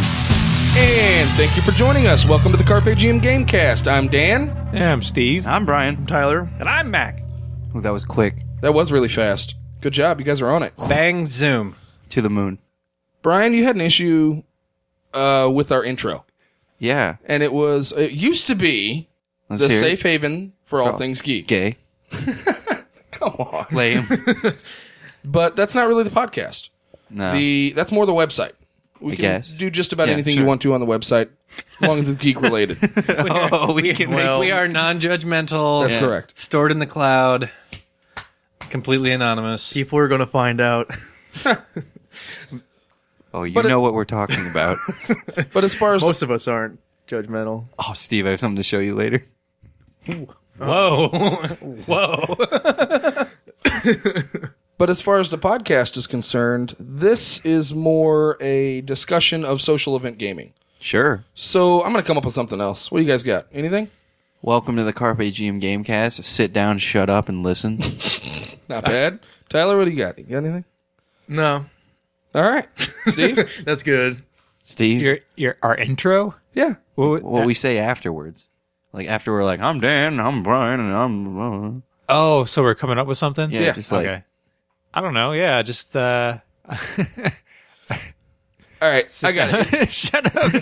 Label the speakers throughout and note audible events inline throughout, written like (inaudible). Speaker 1: And thank you for joining us. Welcome to the Carpe Diem Gamecast. I'm Dan.
Speaker 2: Yeah, I'm Steve.
Speaker 3: I'm Brian. Tyler.
Speaker 2: And I'm Mac.
Speaker 3: Oh, that was quick.
Speaker 1: That was really fast. Good job. You guys are on it.
Speaker 2: Bang
Speaker 4: (laughs)
Speaker 2: Zoom.
Speaker 3: To the moon.
Speaker 1: Brian, you had an issue uh, with our intro.
Speaker 3: Yeah.
Speaker 1: And it was, it used to be
Speaker 3: Let's
Speaker 1: the
Speaker 3: hear it.
Speaker 1: safe haven for all
Speaker 3: all-
Speaker 1: things geek.
Speaker 3: Gay.
Speaker 1: Come on.
Speaker 3: (laughs) Lame.
Speaker 1: But that's not really the podcast.
Speaker 3: no.
Speaker 1: The That's more the website. We can
Speaker 3: guess.
Speaker 1: do just about
Speaker 3: Yeah,
Speaker 1: anything
Speaker 3: sure.
Speaker 1: you want to on the website, as long as it's geek (laughs) related.
Speaker 3: (laughs) oh, we can
Speaker 2: Well,
Speaker 3: make
Speaker 2: we are non-judgmental.
Speaker 1: That's correct.
Speaker 2: Stored in the cloud. Completely anonymous.
Speaker 4: People are going to find out. (laughs)
Speaker 3: Oh, you
Speaker 1: But it-
Speaker 3: know what we're talking about.
Speaker 1: (laughs) But as far as the
Speaker 4: Most of us aren't judgmental.
Speaker 3: oh, Steve, I have something to show you later.
Speaker 2: Whoa. (laughs) Whoa.
Speaker 1: But as far as the podcast is concerned, this is more a discussion of social event gaming.
Speaker 3: Sure.
Speaker 1: So I'm going to come up with something else. What do you guys got? Anything?
Speaker 3: Welcome to the Carpe Diem Gamecast. Sit down, shut up, and listen.
Speaker 1: (laughs) Not bad. Tyler, what do you got? You got anything?
Speaker 4: No,
Speaker 1: All right. (laughs) Steve?
Speaker 4: that's good.
Speaker 3: Steve,
Speaker 2: your your our intro?
Speaker 1: yeah.
Speaker 2: What,
Speaker 3: what we say afterwards. Like, after we're like, I'm Dan, I'm Brian, and I'm. uh,
Speaker 2: oh, so we're coming up with something?
Speaker 3: Yeah,
Speaker 1: Yeah,
Speaker 3: just like,
Speaker 2: okay. I don't know. Yeah, just uh
Speaker 1: All right. I
Speaker 2: (laughs)
Speaker 1: got it.
Speaker 2: shut up.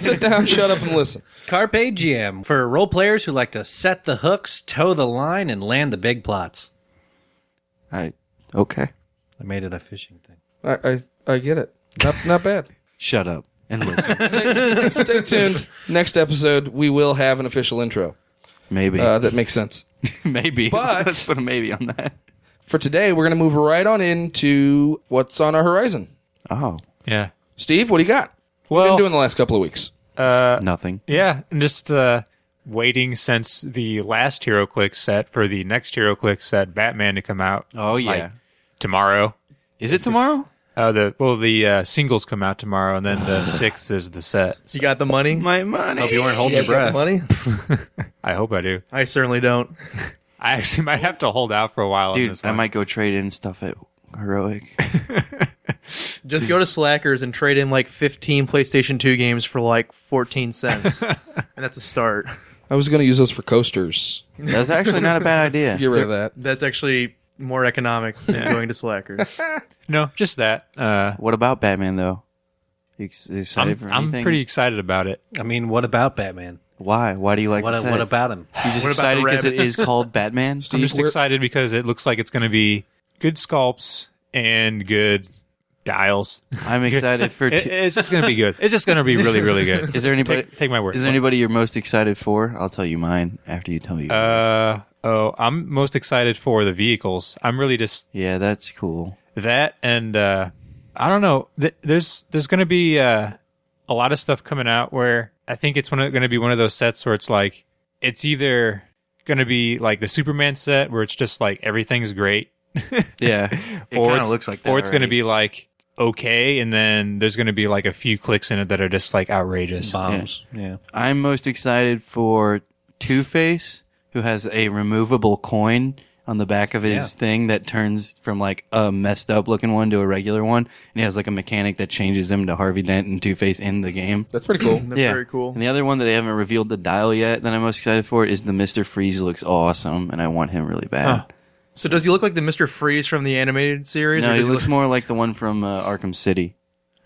Speaker 1: Sit down, shut up, and listen.
Speaker 5: Carpe GM for role players who like to set the hooks, toe the line, and land the big plots.
Speaker 3: I, okay.
Speaker 5: I made it a fishing thing.
Speaker 1: I, I, I get it. Not, not bad.
Speaker 3: Shut up
Speaker 1: (laughs)
Speaker 3: and listen.
Speaker 1: Stay tuned. Next episode, we will have an official intro
Speaker 3: maybe.
Speaker 1: uh, that makes sense.
Speaker 3: (laughs) maybe.
Speaker 1: but-
Speaker 3: Let's put a maybe on that.
Speaker 1: For today, we're going to move right on into what's on our horizon.
Speaker 3: Oh,
Speaker 2: yeah.
Speaker 1: Steve, what do you got? What have you
Speaker 2: Well,
Speaker 1: been doing the last couple of weeks? Uh,
Speaker 3: nothing.
Speaker 2: Yeah, and just uh, waiting since the last HeroClix set for the next HeroClix set, Batman to come out.
Speaker 3: Oh, yeah.
Speaker 2: like, tomorrow.
Speaker 3: Is it tomorrow?
Speaker 2: Uh, the well, the uh, singles come out tomorrow, and then
Speaker 3: (sighs)
Speaker 2: the sixth is the set.
Speaker 4: You got the money?
Speaker 3: My money.
Speaker 5: Hope you weren't holding
Speaker 4: You
Speaker 5: your
Speaker 4: got the
Speaker 5: breath.
Speaker 4: money?
Speaker 2: I hope I do.
Speaker 4: I certainly don't.
Speaker 2: I actually (laughs) might have to hold out for a while. on
Speaker 3: Dude,
Speaker 2: this
Speaker 3: I
Speaker 2: one.
Speaker 3: might go trade in stuff at Heroic.
Speaker 4: Just go to Slackers and trade in like 15 PlayStation 2 games for like 14 (laughs) cents. and that's a start.
Speaker 1: I was going to use those for coasters.
Speaker 3: That's actually not a bad idea.
Speaker 1: Get rid of that.
Speaker 4: That's actually more economic than going to (laughs) Slackers.
Speaker 2: No, just that. Uh,
Speaker 3: What about Batman though? You ex- excited
Speaker 2: I'm,
Speaker 3: for
Speaker 2: I'm
Speaker 3: anything?
Speaker 2: pretty excited about it.
Speaker 5: I mean, what about Batman?
Speaker 3: Why? Why do you like
Speaker 5: What,
Speaker 3: that?
Speaker 5: what about him?
Speaker 3: You just
Speaker 4: What about the
Speaker 3: excited because it
Speaker 4: rabbit?
Speaker 3: is called Batman.
Speaker 2: I'm
Speaker 1: Steve,
Speaker 2: just
Speaker 1: where-
Speaker 2: excited because it looks like it's going to be good sculpts and good dials.
Speaker 3: I'm excited for.
Speaker 2: It-
Speaker 3: T-
Speaker 2: it's just going to be
Speaker 3: (laughs)
Speaker 2: good. It's just going to be really, really good.
Speaker 3: is there anybody?
Speaker 2: Take, take my word.
Speaker 3: Is there anybody you're most excited for? I'll tell you mine after you tell you.
Speaker 2: Uh oh, I'm most excited for the vehicles. I'm really just
Speaker 3: yeah, that's
Speaker 2: (laughs)
Speaker 3: cool.
Speaker 2: that and uh I don't know. Th- There's there's going to be uh a lot of stuff coming out where I think it's one going to be one of those sets where it's like it's either going to be like the Superman set where it's just like everything's great
Speaker 3: Yeah, it kind
Speaker 2: or
Speaker 3: of
Speaker 2: it's-
Speaker 3: looks like that.
Speaker 2: or it's going to
Speaker 3: already.
Speaker 2: be like okay and then there's going to be like a few clicks in it that are just like outrageous.
Speaker 5: Bombs. Yeah.
Speaker 3: I'm most excited for Two Face, who has a removable coin on the back of his thing that turns from like a messed up looking one to a regular one, and he has like a mechanic that changes him to Harvey Dent and Two Face in the game.
Speaker 1: That's pretty cool.
Speaker 4: That's very cool.
Speaker 3: And the other one that they haven't revealed the dial yet that I'm most excited for is the Mister Freeze looks awesome, and I want him really bad.
Speaker 4: So does he look like the Mr. Freeze from the animated series?
Speaker 3: No,
Speaker 4: or
Speaker 3: he
Speaker 4: does
Speaker 3: looks more like the one from uh, Arkham City.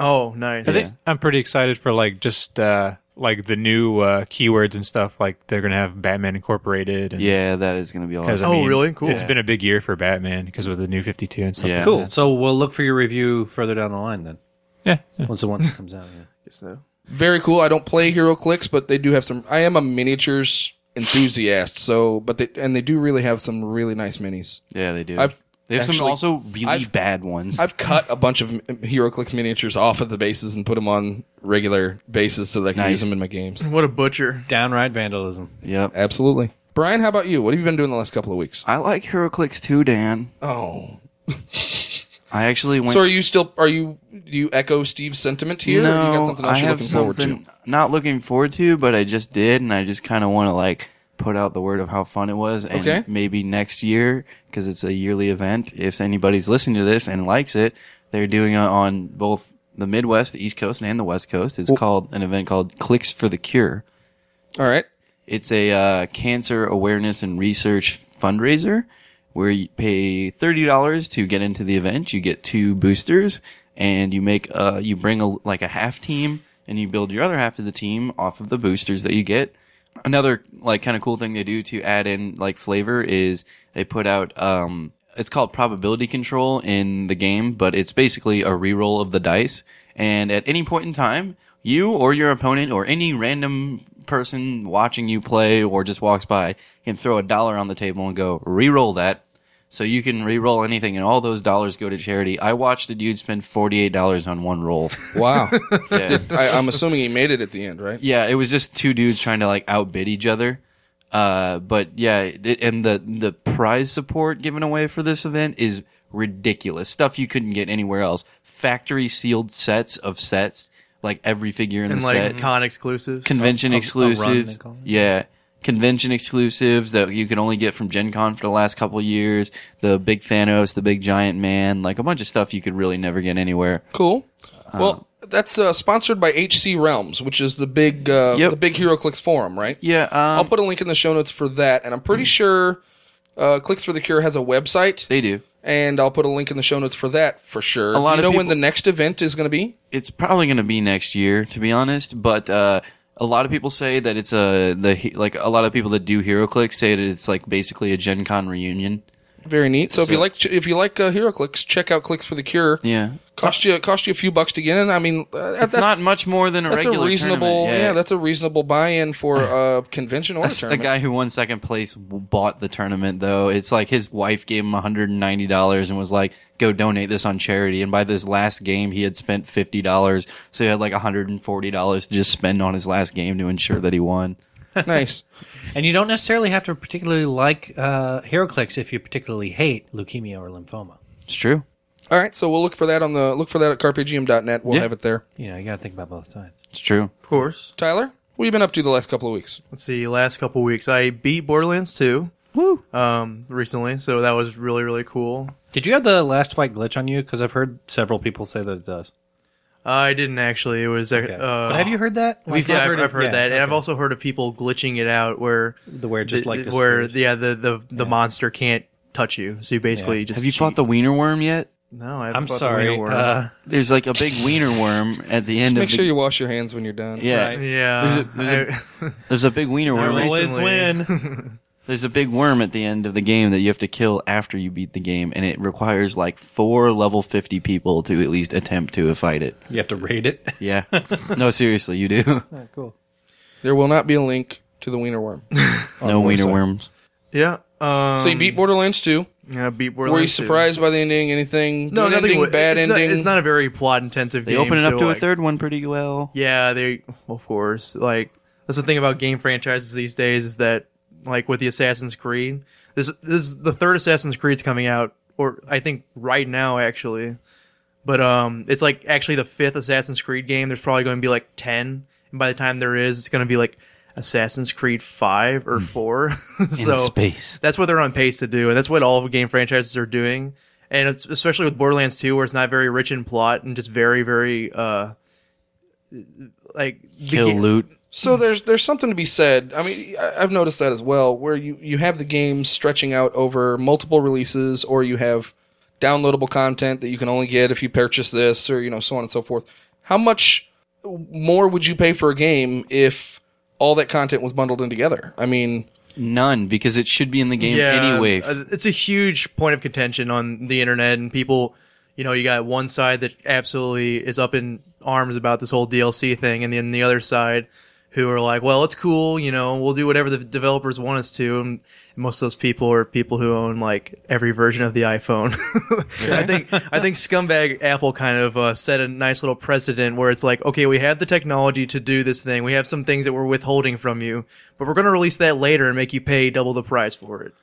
Speaker 4: Oh, nice.
Speaker 2: I think I'm pretty excited for like just uh like the new uh keywords and stuff like they're going to have Batman incorporated and
Speaker 3: Yeah, that is going to be
Speaker 2: Because,
Speaker 3: awesome.
Speaker 2: I
Speaker 4: Oh,
Speaker 2: mean,
Speaker 4: really? Cool.
Speaker 2: It's been a big year for Batman because with the new 52 and stuff.
Speaker 3: Yeah.
Speaker 5: Cool. So we'll look for your review further down the line then.
Speaker 2: Yeah. yeah.
Speaker 5: Once the one comes out. Yeah.
Speaker 4: so.
Speaker 1: Very cool. I don't play Hero Clicks, but they do have some. I am a miniatures enthusiast, so but they and they do really have some really nice minis.
Speaker 3: Yeah, they do.
Speaker 1: I've
Speaker 3: they have some
Speaker 1: actually-
Speaker 3: also really
Speaker 1: I've-
Speaker 3: bad ones.
Speaker 1: I've cut a bunch of Hero Clicks miniatures off of the bases and put them on regular bases so that I can use
Speaker 3: Nice.
Speaker 1: them in my games.
Speaker 4: What a butcher.
Speaker 5: (laughs) Downright vandalism.
Speaker 3: yep.
Speaker 1: Absolutely. Brian, how about you? What have you been doing the last couple of weeks?
Speaker 3: I like HeroClix too, Dan.
Speaker 1: Oh,
Speaker 3: I actually went.
Speaker 1: so are you still? Are you do you echo Steve's sentiment here? or you got something else
Speaker 3: I
Speaker 1: you're
Speaker 3: have
Speaker 1: looking
Speaker 3: something
Speaker 1: forward to?
Speaker 3: not looking forward to, but I just did, and I just kind of want to like put out the word of how fun it was, and
Speaker 1: Okay.
Speaker 3: maybe next year because it's a yearly event. If anybody's listening to this and likes it, they're doing it on both the Midwest, the East Coast, and the West Coast. It's called an event called Clicks for the Cure.
Speaker 1: All right.
Speaker 3: It's a uh, cancer awareness and research fundraiser where you pay thirty dollars to get into the event. You get two boosters, and you make uh, you bring a, like a half team, and you build your other half of the team off of the boosters that you get. Another like kind of cool thing they do to add in like flavor is they put out um, it's called probability control in the game, but it's basically a reroll of the dice, and at any point in time you or your opponent or any random person watching you play or just walks by can throw a dollar on the table and go re-roll that so you can re-roll anything and all those dollars go to charity i watched a dude spend $48 on one
Speaker 4: (laughs)
Speaker 3: roll
Speaker 1: Wow.
Speaker 3: yeah.
Speaker 1: I, I'm assuming he made it at the end, right?
Speaker 3: yeah it was just two dudes trying to like outbid each other uh, but yeah it, and the the prize support given away for this event is ridiculous stuff you couldn't get anywhere else factory sealed sets of sets like every figure in
Speaker 4: and
Speaker 3: the
Speaker 4: like
Speaker 3: set
Speaker 4: con exclusives.
Speaker 3: convention
Speaker 5: A- a- a run, they
Speaker 3: exclusives.
Speaker 5: call it.
Speaker 3: yeah. Convention exclusives that you can only get from Gen Con for the last couple of years. The big Thanos, the big giant man, like a bunch of stuff you could really never get anywhere.
Speaker 1: Cool. well, that's uh, sponsored by HC Realms, which is the big uh,
Speaker 3: Yep.
Speaker 1: the big Hero Clicks forum, right?
Speaker 3: Yeah.
Speaker 1: I'll
Speaker 3: Um,
Speaker 1: put a link in the show notes for that, and I'm pretty sure uh, Clicks for the Cure has a website,
Speaker 3: they do.
Speaker 1: and I'll put a link in the show notes for that for sure.
Speaker 3: A lot
Speaker 1: Do you
Speaker 3: of
Speaker 1: know when
Speaker 3: people-
Speaker 1: the next event is going to be?
Speaker 3: It's probably going to be next year, to be honest, but, uh, a lot of people say that it's a the he- like a lot of people that do HeroClix say that it's like basically a Gen Con reunion.
Speaker 1: Very neat. So, if
Speaker 3: So-
Speaker 1: you like ch- if you like uh, Hero Clicks, check out Clicks for the Cure.
Speaker 3: Yeah,
Speaker 1: Cost you cost you a few bucks to get in. I mean, uh, that-
Speaker 3: it's
Speaker 1: that's
Speaker 3: not much more than a
Speaker 1: that's a
Speaker 3: regular
Speaker 1: reasonable
Speaker 3: tournament.
Speaker 1: yeah. that's a reasonable buy-in for
Speaker 3: (laughs)
Speaker 1: a convention or a
Speaker 3: That's the
Speaker 1: tournament.
Speaker 3: guy who won second place w- bought the tournament though. It's like his wife gave him $190 and was like, go donate this on charity. And by this last game, he had spent $50. So he had like $140 to just spend on his last game to ensure that he won.
Speaker 1: nice.
Speaker 5: And you don't necessarily have to particularly like uh, HeroClix if you particularly hate leukemia or lymphoma.
Speaker 3: It's true.
Speaker 1: All right, so we'll look for that on the look for that at carpegm.net. We'll
Speaker 3: Yeah.
Speaker 1: have it there.
Speaker 5: You know, you got to think about both sides.
Speaker 3: It's true.
Speaker 4: Of course.
Speaker 1: Tyler, what have you been up to the last couple of weeks?
Speaker 4: Let's see. Last couple weeks, I beat Borderlands 2. Woo. Um, recently, so that was really really cool.
Speaker 5: Did you have the last fight glitch on you? Because I've heard several people say that it does.
Speaker 4: I didn't actually. It was.
Speaker 5: Okay.
Speaker 4: Uh,
Speaker 5: But have you heard that? Like,
Speaker 4: We've yeah, I've I've heard,
Speaker 5: it- yeah,
Speaker 4: that, and
Speaker 5: okay.
Speaker 4: I've also heard of people glitching it out where
Speaker 5: The where it just, like,
Speaker 4: where
Speaker 5: disappears.
Speaker 4: yeah the the, the monster can't touch you, so you basically just
Speaker 3: Have you fought the wiener worm yet?
Speaker 4: No, I haven't
Speaker 5: I'm
Speaker 4: fought the
Speaker 5: sorry.
Speaker 4: wiener worm.
Speaker 5: Uh, (laughs)
Speaker 3: There's like a big wiener worm at the end
Speaker 1: Make
Speaker 3: of the
Speaker 1: sure you wash your hands when you're done.
Speaker 3: yeah,
Speaker 5: Right.
Speaker 4: yeah,
Speaker 3: There's a-
Speaker 4: I-
Speaker 3: there's a big wiener (laughs) worm.
Speaker 4: Always
Speaker 5: Always
Speaker 4: recently-
Speaker 5: win.
Speaker 3: There's a big worm at the end of the game that you have to kill after you beat the game, and it requires like four level 50 people to at least attempt to fight it.
Speaker 5: you have to raid it.
Speaker 3: Yeah. (laughs) No, seriously, you do.
Speaker 5: cool.
Speaker 1: There will not be a link to the wiener worm.
Speaker 3: (laughs) No wiener worms.
Speaker 4: (laughs) yeah. Um,
Speaker 1: so you beat Borderlands 2.
Speaker 4: Yeah, beat Borderlands.
Speaker 1: Were you
Speaker 4: 2.
Speaker 1: surprised by the ending? Anything?
Speaker 4: No,
Speaker 1: good
Speaker 4: nothing.
Speaker 1: ending,
Speaker 4: was-
Speaker 1: bad
Speaker 4: it's
Speaker 1: ending.
Speaker 4: Not, it's not a very plot intensive.
Speaker 3: They
Speaker 4: game,
Speaker 3: open it up
Speaker 4: so,
Speaker 3: to
Speaker 4: like,
Speaker 3: a third one pretty well.
Speaker 4: Yeah, they of course like that's the thing about game franchises these days is that like with the Assassin's Creed, this this is the third Assassin's Creed's coming out, or I think right now actually, but um, it's like actually the fifth Assassin's Creed game. There's probably going to be like ten, and by the time there is, it's going to be like Assassin's Creed five or four. (laughs) so
Speaker 3: Hmm. In space.
Speaker 4: that's what they're on pace to do, and that's what all of game franchises are doing. And it's, especially with Borderlands 2, where it's not very rich in plot and just very, very uh, like the
Speaker 3: Kill
Speaker 4: ga-
Speaker 3: loot.
Speaker 1: so there's there's something to be said. I mean, I- I've noticed that as well, where you you have the game stretching out over multiple releases, or you have downloadable content that you can only get if you purchase this, or you know, so on and so forth. How much more would you pay for a game if all that content was bundled in together? I mean,
Speaker 3: None, because it should be in the game anyway.
Speaker 4: uh, It's a huge point of contention on the internet, and people, you know, you got one side that absolutely is up in arms about this whole DLC thing, and then the other side who are like, well, it's cool, you know, we'll do whatever the developers want us to. And most of those people are people who own like every version of the iPhone. (laughs) I think I think scumbag Apple kind of uh, set a nice little precedent where it's like, okay, we have the technology to do this thing. We have some things that we're withholding from you, but we're going to release that later and make you pay double the price for it.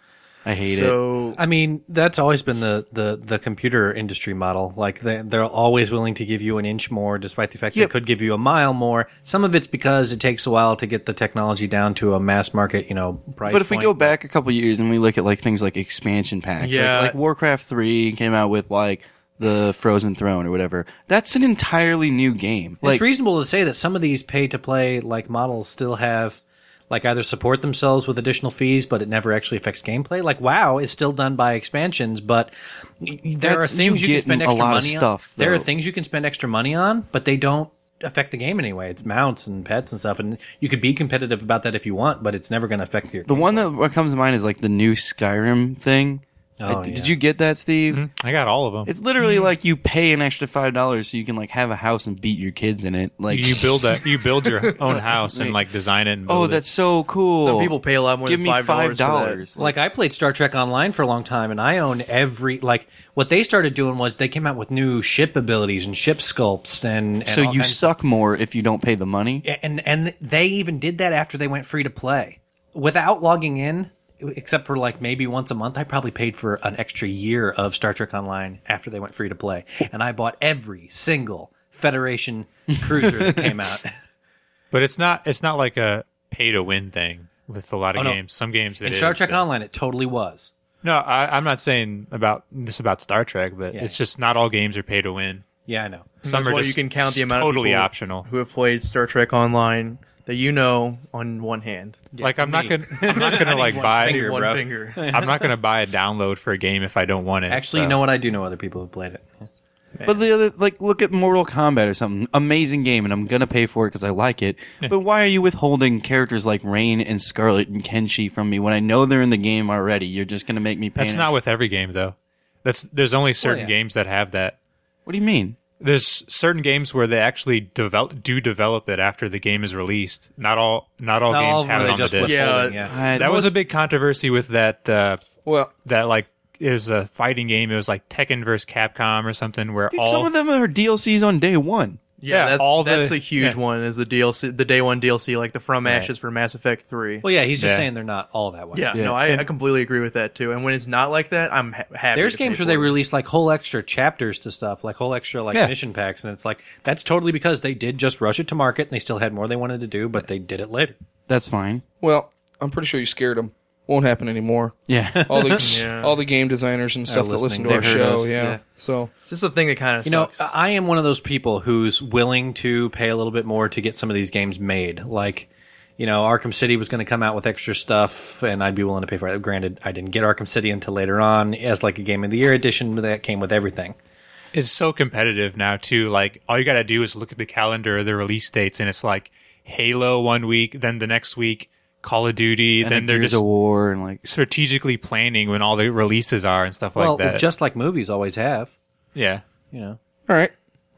Speaker 3: I hate it.
Speaker 4: so
Speaker 5: I mean, that's always been the, the, the computer industry model. Like they, they're always willing to give you an inch more, despite the fact
Speaker 3: Yep.
Speaker 5: they could give you a mile more. Some of it's because it takes a while to get the technology down to a mass market, you know, price.
Speaker 3: But if we
Speaker 5: point.
Speaker 3: go back a couple years and we look at like things like expansion packs,
Speaker 4: Yeah.
Speaker 3: like, like Warcraft Three came out with like the Frozen Throne or whatever. That's an entirely new game. Like
Speaker 5: it's reasonable to say that some of these pay to play like models still have like either support themselves with additional fees, but it never actually affects gameplay. Like WoW is still done by expansions, but y- y- there
Speaker 3: That's-
Speaker 5: are things
Speaker 3: you
Speaker 5: you,
Speaker 3: get
Speaker 5: can spend
Speaker 3: a
Speaker 5: extra
Speaker 3: lot of
Speaker 5: money
Speaker 3: stuff,
Speaker 5: on. There are
Speaker 3: though.
Speaker 5: things you can spend extra money on, but they don't affect the game anyway. It's mounts and pets and stuff, and you could be competitive about that if you want, but it's never going to affect your.
Speaker 3: the one that what comes to mind is like the new Skyrim thing.
Speaker 5: Oh,
Speaker 3: I-
Speaker 5: yeah.
Speaker 3: Did you get that, Steve?
Speaker 2: I got all of them.
Speaker 3: It's literally
Speaker 4: Mm-hmm.
Speaker 3: like you pay an extra five dollars so you can like have a house and beat your kids in it. Like
Speaker 2: you build a you build your own house and like design it. And build
Speaker 3: Oh,
Speaker 2: it.
Speaker 3: that's so cool.
Speaker 4: Some people pay a lot more
Speaker 3: Give
Speaker 4: than
Speaker 3: me
Speaker 4: $5 for that.
Speaker 3: $5.
Speaker 5: Like I played Star Trek Online for a long time, and I own every like. What they started doing was they came out with new ship abilities and ship sculpts, and, and
Speaker 3: so
Speaker 5: all
Speaker 3: you
Speaker 5: kinds of
Speaker 3: suck more if you don't pay the money.
Speaker 5: and and they even did that after they went free to play without logging in except for like maybe once a month i probably paid for an extra year of star trek online after they went free to play and i bought every single federation cruiser that came
Speaker 2: (laughs)
Speaker 5: out
Speaker 2: but it's not it's not like a pay to win thing with a lot of
Speaker 5: Oh, no.
Speaker 2: games. Some games it
Speaker 5: in
Speaker 2: is,
Speaker 5: star trek
Speaker 2: but-
Speaker 5: online it totally was
Speaker 2: No, I, I'm not saying about this about Star Trek, but it's just not all games are pay to win.
Speaker 5: yeah i know
Speaker 2: Some
Speaker 4: that's
Speaker 2: are
Speaker 4: why
Speaker 2: just
Speaker 4: you can count the amount
Speaker 2: totally
Speaker 4: of people
Speaker 2: optional.
Speaker 4: who have played Star Trek Online that you know on one hand.
Speaker 2: like I'm not
Speaker 5: me.
Speaker 2: gonna I'm not
Speaker 4: (laughs)
Speaker 2: gonna like buy
Speaker 5: finger,
Speaker 4: one
Speaker 5: bro.
Speaker 2: (laughs)
Speaker 4: finger.
Speaker 2: I'm not gonna buy a download for a game if I don't want it.
Speaker 5: actually
Speaker 2: so.
Speaker 5: you know what i do know other people who played it
Speaker 3: But the other, like, look at Mortal Kombat or something. Amazing game, and I'm gonna pay for it because I like it. But why are you withholding characters like Rain and Scarlet and Kenshi from me when I know they're in the game already? You're just gonna make me pay.
Speaker 2: That's
Speaker 3: an-
Speaker 2: not with every game though. That's there's only certain
Speaker 5: yeah.
Speaker 2: games that have that.
Speaker 3: What do you mean?
Speaker 2: There's certain games where they actually develop do develop it after the game is released. Not all not all
Speaker 5: Not all
Speaker 2: games
Speaker 5: of them
Speaker 2: have
Speaker 5: are
Speaker 2: it
Speaker 5: they
Speaker 2: on
Speaker 5: just
Speaker 2: the disc.
Speaker 4: Yeah.
Speaker 5: withholding, yeah.
Speaker 3: I-
Speaker 2: That was a big controversy with that uh,
Speaker 1: Well,
Speaker 2: that like is a fighting game. It was like Tekken versus Capcom or something where
Speaker 3: Dude,
Speaker 2: all
Speaker 3: some of them are DLCs on day one.
Speaker 4: Yeah, that's
Speaker 2: all the-
Speaker 4: that's a huge
Speaker 2: yeah.
Speaker 4: one is the DLC, the day one DLC, like the From Ashes for Mass Effect Three.
Speaker 5: well yeah he's just
Speaker 2: Yeah.
Speaker 5: saying they're not all that way
Speaker 4: yeah,
Speaker 3: Yeah.
Speaker 4: no, I, I completely agree with that too. And when it's not like that, I'm ha- happy.
Speaker 5: There's
Speaker 4: to pay
Speaker 5: games
Speaker 4: for
Speaker 5: where they
Speaker 4: it.
Speaker 5: release like whole extra chapters to stuff, like whole extra like
Speaker 2: Yeah.
Speaker 5: mission packs, and it's like that's totally because they did just rush it to market and they still had more they wanted to do, but they did it later.
Speaker 3: That's fine.
Speaker 1: well, I'm pretty sure you scared them. Won't happen anymore.
Speaker 3: (laughs) Yeah.
Speaker 1: All the all the game designers and stuff that listen
Speaker 5: listening.
Speaker 1: to our
Speaker 3: They heard
Speaker 1: show.
Speaker 3: us,
Speaker 1: Yeah.
Speaker 3: yeah.
Speaker 1: So
Speaker 4: It's just a thing that kind of
Speaker 5: You know,
Speaker 4: sucks.
Speaker 5: I am one of those people who's willing to pay a little bit more to get some of these games made. Like, you know, Arkham City was going to come out with extra stuff, and I'd be willing to pay for it. Granted, I didn't get Arkham City until later on as like a Game of the Year edition but that came with everything.
Speaker 2: It's so competitive now too. Like all you got to do is look at the calendar, the release dates, and it's like Halo one week, then the next week Call of Duty,
Speaker 3: And
Speaker 2: then they're
Speaker 3: Gears
Speaker 2: just
Speaker 3: of war and like
Speaker 2: strategically planning when all the releases are and stuff
Speaker 5: well,
Speaker 2: like that.
Speaker 5: just like movies always have,
Speaker 2: yeah,
Speaker 5: you know.
Speaker 1: all right,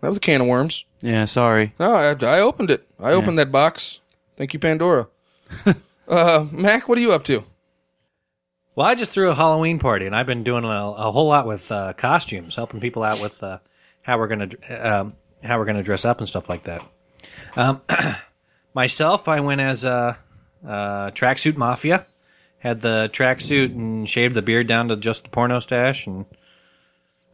Speaker 1: that was a can of worms.
Speaker 3: yeah. Sorry.
Speaker 1: No, I, I opened it. I opened that box. Thank you,
Speaker 3: (laughs)
Speaker 1: Pandora. uh, Mac, what are you up to?
Speaker 5: Well, I just threw a Halloween party, and I've been doing a, a whole lot with uh, costumes, helping people out with uh, how we're gonna uh, um, how we're gonna dress up and stuff like that. Um, (clears throat) myself, I went as a uh, uh, tracksuit mafia, had the tracksuit and shaved the beard down to just the porno stash, and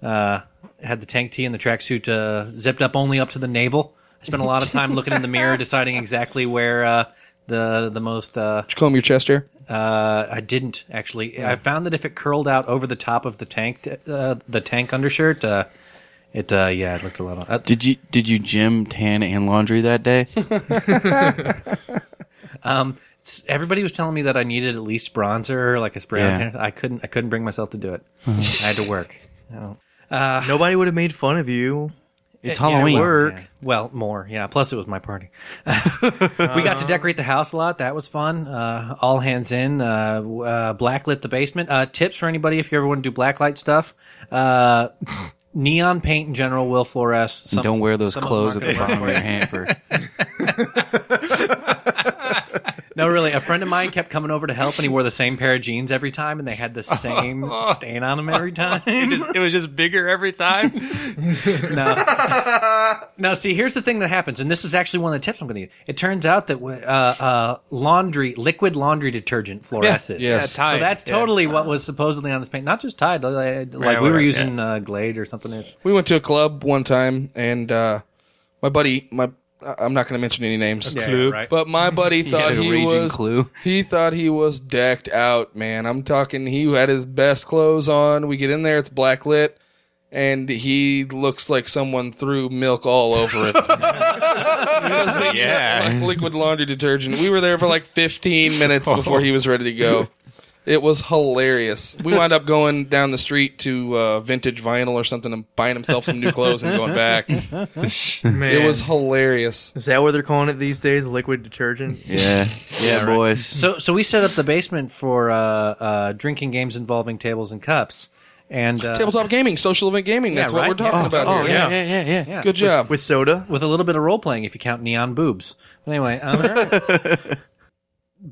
Speaker 5: uh, had the tank tee and the tracksuit uh, zipped up only up to the navel. I spent a lot of time looking in the mirror, deciding exactly where uh, the the most. Uh,
Speaker 1: Did you comb your chest hair?
Speaker 5: uh, I didn't actually. I found that if it curled out over the top of the tank, t- uh, the tank undershirt, uh, it uh, yeah, it looked a little. Uh,
Speaker 3: Did you did you gym, tan, and laundry that
Speaker 5: (laughs)
Speaker 3: day?
Speaker 5: um, s- everybody was telling me that I needed at least bronzer, like a spray. on
Speaker 3: Yeah.
Speaker 5: tan. I couldn't. I couldn't bring myself to do it. I had to work.
Speaker 4: Nobody would have made fun of you.
Speaker 3: It's
Speaker 5: Yeah,
Speaker 3: Halloween.
Speaker 5: work. Well, more. Yeah. Plus, it was my party. (laughs) we got to decorate the house a lot. That was fun. Uh, all hands in. Uh, w- uh, blacklit the basement. Uh, tips for anybody if you ever want to do blacklight stuff. Uh, (laughs) neon paint in general will fluoresce. Some,
Speaker 3: Don't wear those
Speaker 5: some of them (laughs)
Speaker 3: clothes at
Speaker 5: aren't
Speaker 3: the
Speaker 5: gonna work
Speaker 3: bottom of
Speaker 5: for you.
Speaker 3: your hamper.
Speaker 5: No, really, a friend of mine kept coming over to help, and he wore the same pair of jeans every time, and they
Speaker 3: (laughs)
Speaker 5: had the same stain on them every time.
Speaker 2: It, just, it was just bigger every time.
Speaker 5: No.
Speaker 2: (laughs)
Speaker 5: no, see, here's the thing that happens, and this is actually one of the tips I'm going to give. It turns out that uh, uh, laundry, liquid laundry detergent fluoresces.
Speaker 1: Yes.
Speaker 2: (laughs) Yeah, Tide,
Speaker 5: So that's
Speaker 2: yeah.
Speaker 5: totally what was supposedly on his paint. Not just Tide, like, like we
Speaker 2: whatever,
Speaker 5: were
Speaker 2: yeah.
Speaker 5: using uh, Glade or something.
Speaker 1: We went to a club one time, and uh, my buddy, my I- I'm not going to mention any names,
Speaker 5: Clue. right.
Speaker 1: but
Speaker 3: (laughs)
Speaker 1: my buddy thought
Speaker 3: a
Speaker 1: he,
Speaker 3: raging
Speaker 1: was
Speaker 3: clue.
Speaker 1: he thought he was decked out, man. I'm talking, he had his best clothes on. We get in there, it's blacklit, and he looks like someone threw milk all over it.
Speaker 2: yeah.
Speaker 1: like liquid laundry detergent. We were there for like 15 minutes before he was ready to go. It was hilarious. We wound up going down the street to uh, vintage vinyl or something and buying himself some new clothes and going back. It
Speaker 4: (laughs) Man.
Speaker 1: was hilarious.
Speaker 4: Is that what they're calling it these days? Liquid detergent?
Speaker 3: Yeah, yeah, boys.
Speaker 5: So, so we set up the basement for uh, uh, drinking games involving tables and cups, and uh,
Speaker 1: Tabletop gaming, social event gaming. That's what
Speaker 5: right,
Speaker 1: we're talking
Speaker 5: yeah.
Speaker 1: about
Speaker 3: oh
Speaker 1: here.
Speaker 3: yeah,
Speaker 4: yeah.
Speaker 3: yeah, yeah, yeah.
Speaker 5: yeah,
Speaker 1: Good job.
Speaker 4: With soda?
Speaker 5: with a little bit of role playing if you count neon boobs. But anyway, um,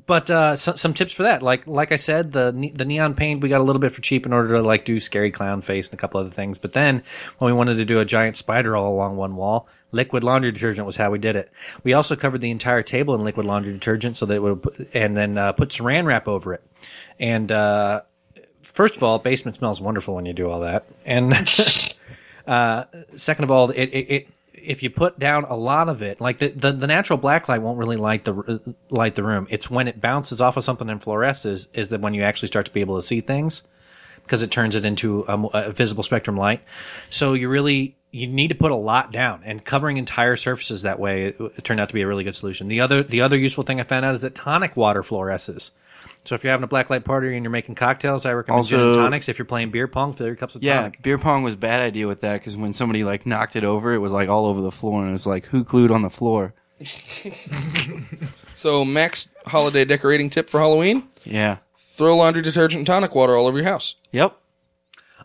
Speaker 5: but uh, so, some tips for that. Like like I said, the ne- the neon paint we got a little bit for cheap in order to like do scary clown face and a couple other things. But then when we wanted to do a giant spider all along one wall, liquid laundry detergent was how we did it. We also covered the entire table in liquid laundry detergent so that it would put- and then uh, put Saran wrap over it. And uh, first of all, basement smells wonderful when you do all that. And (laughs) second of all, it, it, it if you put down a lot of it, like the, the, the natural black light won't really light the r- light the room. It's when it bounces off of something and fluoresces is that when you actually start to be able to see things because it turns it into a, mo- a visible spectrum light. So you really you need to put a lot down and covering entire surfaces that way it, it turned out to be a really good solution. The other the other useful thing I found out is that tonic water fluoresces. So if you're having a black light party and you're making cocktails, I recommend gin and
Speaker 3: Also-
Speaker 5: tonics. If you're playing beer pong, fill your cups with
Speaker 3: Yeah,
Speaker 5: tonic.
Speaker 3: beer pong was a bad idea with that because when somebody like knocked it over, it was like all over the floor, and it was like who glued on the floor?
Speaker 1: So, Max holiday decorating tip for Halloween
Speaker 3: Yeah.
Speaker 1: throw laundry detergent and tonic water all over your house.
Speaker 3: Yep.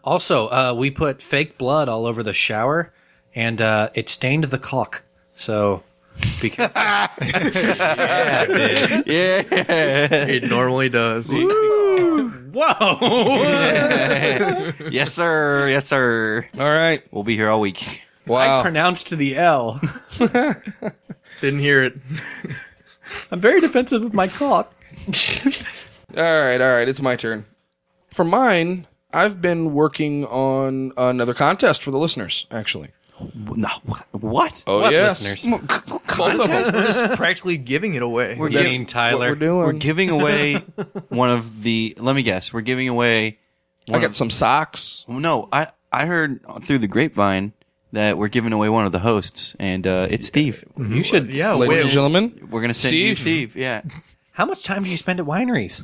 Speaker 5: Also, uh, we put fake blood all over the shower, and uh, it stained the caulk. So, because (laughs)
Speaker 3: Yeah.
Speaker 4: It normally does.
Speaker 3: (laughs) yes, sir. Yes, sir.
Speaker 1: All right.
Speaker 3: We'll be here all week.
Speaker 5: I
Speaker 1: Wow.
Speaker 5: pronounced the L. (laughs)
Speaker 4: Didn't hear (laughs) it.
Speaker 5: I'm very defensive of my caulk.
Speaker 1: All right, all right, it's my turn. For mine, I've been working on another contest for the listeners, actually.
Speaker 3: No. What?
Speaker 1: Oh,
Speaker 5: What
Speaker 1: yes.
Speaker 5: listeners?
Speaker 1: Both of us.
Speaker 4: Practically giving it away.
Speaker 5: We're
Speaker 1: That's
Speaker 5: getting
Speaker 1: What
Speaker 5: Tyler.
Speaker 1: we're doing. (laughs)
Speaker 3: We're giving away one of the. Let me guess. We're giving away.
Speaker 1: I got some socks.
Speaker 3: No, I I heard through the grapevine that we're giving away one of the hosts, and uh, it's Steve.
Speaker 5: you should.
Speaker 4: yeah,
Speaker 1: Ladies
Speaker 4: wait.
Speaker 1: and gentlemen,
Speaker 3: We're gonna send you
Speaker 1: Mm. Steve?
Speaker 3: Steve. Yeah.
Speaker 5: How much time do you spend at wineries?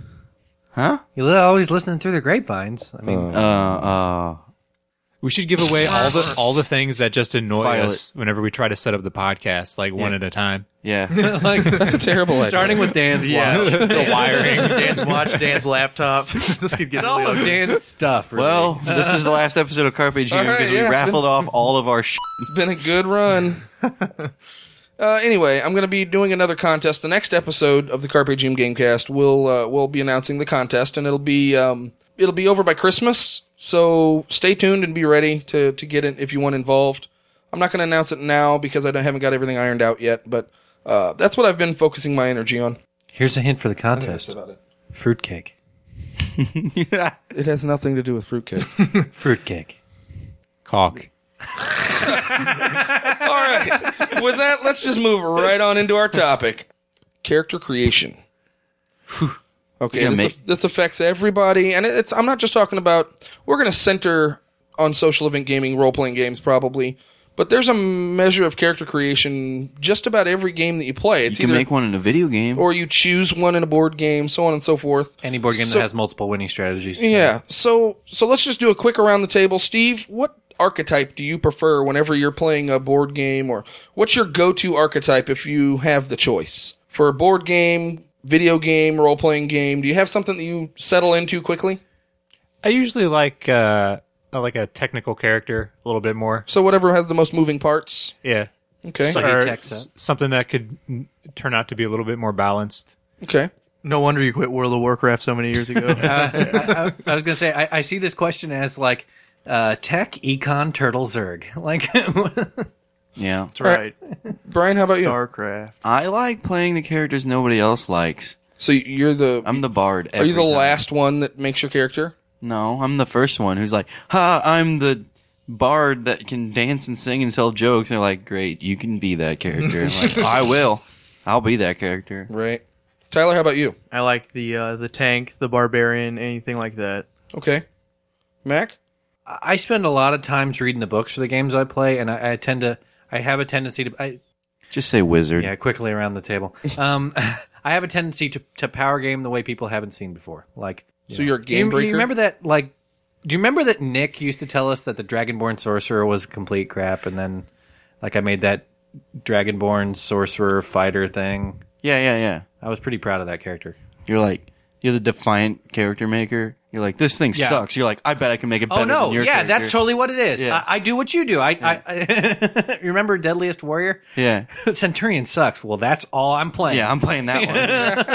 Speaker 3: Huh?
Speaker 5: You're always listening through the grapevines. I mean, (laughs)
Speaker 3: Uh. Uh.
Speaker 2: (laughs) We should give away all the all the things that just annoy
Speaker 3: Violet.
Speaker 2: us whenever we try to set up the podcast, like one
Speaker 3: Yeah.
Speaker 2: at a time.
Speaker 3: Yeah.
Speaker 1: (laughs)
Speaker 3: (laughs)
Speaker 5: like
Speaker 1: that's a terrible idea.
Speaker 5: (laughs) starting with Dan's
Speaker 2: (laughs)
Speaker 4: Yeah.
Speaker 5: watch, (laughs)
Speaker 2: The wiring.
Speaker 4: Dan's watch, Dan's laptop. (laughs) this could get
Speaker 5: all
Speaker 4: really
Speaker 5: of
Speaker 4: ugly.
Speaker 5: Oh, Dan's stuff. Really.
Speaker 3: Well, this is the last episode of Carpe Diem
Speaker 1: All right,
Speaker 3: because
Speaker 1: yeah,
Speaker 3: we
Speaker 1: it's (laughs)
Speaker 3: raffled off all of our sh-
Speaker 1: It's been a good run. (laughs) uh, anyway, I'm going to be doing another contest. The next episode of the Carpe Diem Gamecast will uh, will be announcing the contest, and it'll be um, it'll be over by Christmas. So stay tuned and be ready to to get in if you want involved. I'm not going to announce it now because I don't, haven't got everything ironed out yet, but uh, that's what I've been focusing my energy on.
Speaker 5: here's a hint for the contest: fruitcake.
Speaker 1: It has nothing to do with fruitcake.
Speaker 5: Fruitcake.
Speaker 2: Caulk.
Speaker 1: All right. With that, let's just move right on into our topic character creation. Okay,
Speaker 3: You're
Speaker 1: this,
Speaker 3: gonna
Speaker 1: af- this affects everybody, and it- it's. I'm not just talking about. We're going to center on social event gaming, role playing games, probably, but there's a measure of character creation just about every game that you play. It's
Speaker 3: You can
Speaker 1: either
Speaker 3: make one in a video game.
Speaker 1: or you choose one in a board game, so on and so forth.
Speaker 5: Any board game
Speaker 1: So-
Speaker 5: that has multiple winning strategies.
Speaker 1: Yeah. So so let's just do a quick around the table. Steve, what archetype do you prefer whenever you're playing a board game or what's your go-to archetype if you have the choice? For a board game, video game, role-playing game, do you have something that you settle into quickly?
Speaker 2: I usually like uh I like a technical character a little bit more.
Speaker 1: So whatever has the most moving parts.
Speaker 2: Yeah.
Speaker 1: Okay.
Speaker 5: So- Like a
Speaker 2: or
Speaker 5: tech set.
Speaker 2: s- something that could mm, turn out to be a little bit more balanced.
Speaker 1: Okay.
Speaker 4: No wonder you quit World of Warcraft so many years (laughs) ago.
Speaker 5: I, I, I was gonna say I, I see this question as like uh, tech econ turtle zerg. (laughs) Like
Speaker 3: Yeah.
Speaker 4: That's right. (laughs)
Speaker 1: Brian, how
Speaker 4: Oh,
Speaker 1: about you?
Speaker 4: Starcraft.
Speaker 3: I like playing the characters nobody else likes.
Speaker 1: So you're the
Speaker 3: I'm the bard.
Speaker 1: are you the
Speaker 3: every time.
Speaker 1: last one that makes your character?
Speaker 3: No, I'm the first one who's like, "Ha, I'm the bard that can dance and sing and tell jokes." And they're like, "Great, you can be that character." I'm
Speaker 5: (laughs)
Speaker 3: like, "I will. I'll be that character."
Speaker 1: Right. Tyler, how about you?
Speaker 4: I like the uh, the tank, the barbarian, anything like that.
Speaker 1: Okay. Mac?
Speaker 5: I spend a lot of times reading the books for the games I play, and I, I tend to I have a tendency to I,
Speaker 3: Just say wizard.
Speaker 5: yeah quickly around
Speaker 1: (laughs)
Speaker 5: the table. Um, (laughs) I have a tendency to to power game the way people haven't seen before. Like
Speaker 1: So you're a
Speaker 5: you,
Speaker 1: game
Speaker 5: you
Speaker 1: breaker.
Speaker 5: remember that like. Do you remember that Nick used to tell us that the Dragonborn sorcerer was complete crap, and then, like, I made that Dragonborn sorcerer fighter thing.
Speaker 3: yeah, yeah, yeah.
Speaker 5: I was pretty proud of that character.
Speaker 3: You're like, you're the defiant character maker. You're like, this thing
Speaker 5: Yeah.
Speaker 3: sucks. You're like, I bet I can make it better.
Speaker 5: Oh no!
Speaker 3: than your
Speaker 5: Yeah, that's
Speaker 3: character."
Speaker 5: totally what it is.
Speaker 3: Yeah.
Speaker 5: I, I do what you do. I, I, (laughs) I remember Deadliest Warrior. (laughs)
Speaker 3: Yeah,
Speaker 5: Centurion sucks. Well, that's all I'm playing.
Speaker 3: yeah. I'm playing
Speaker 5: (laughs)
Speaker 3: that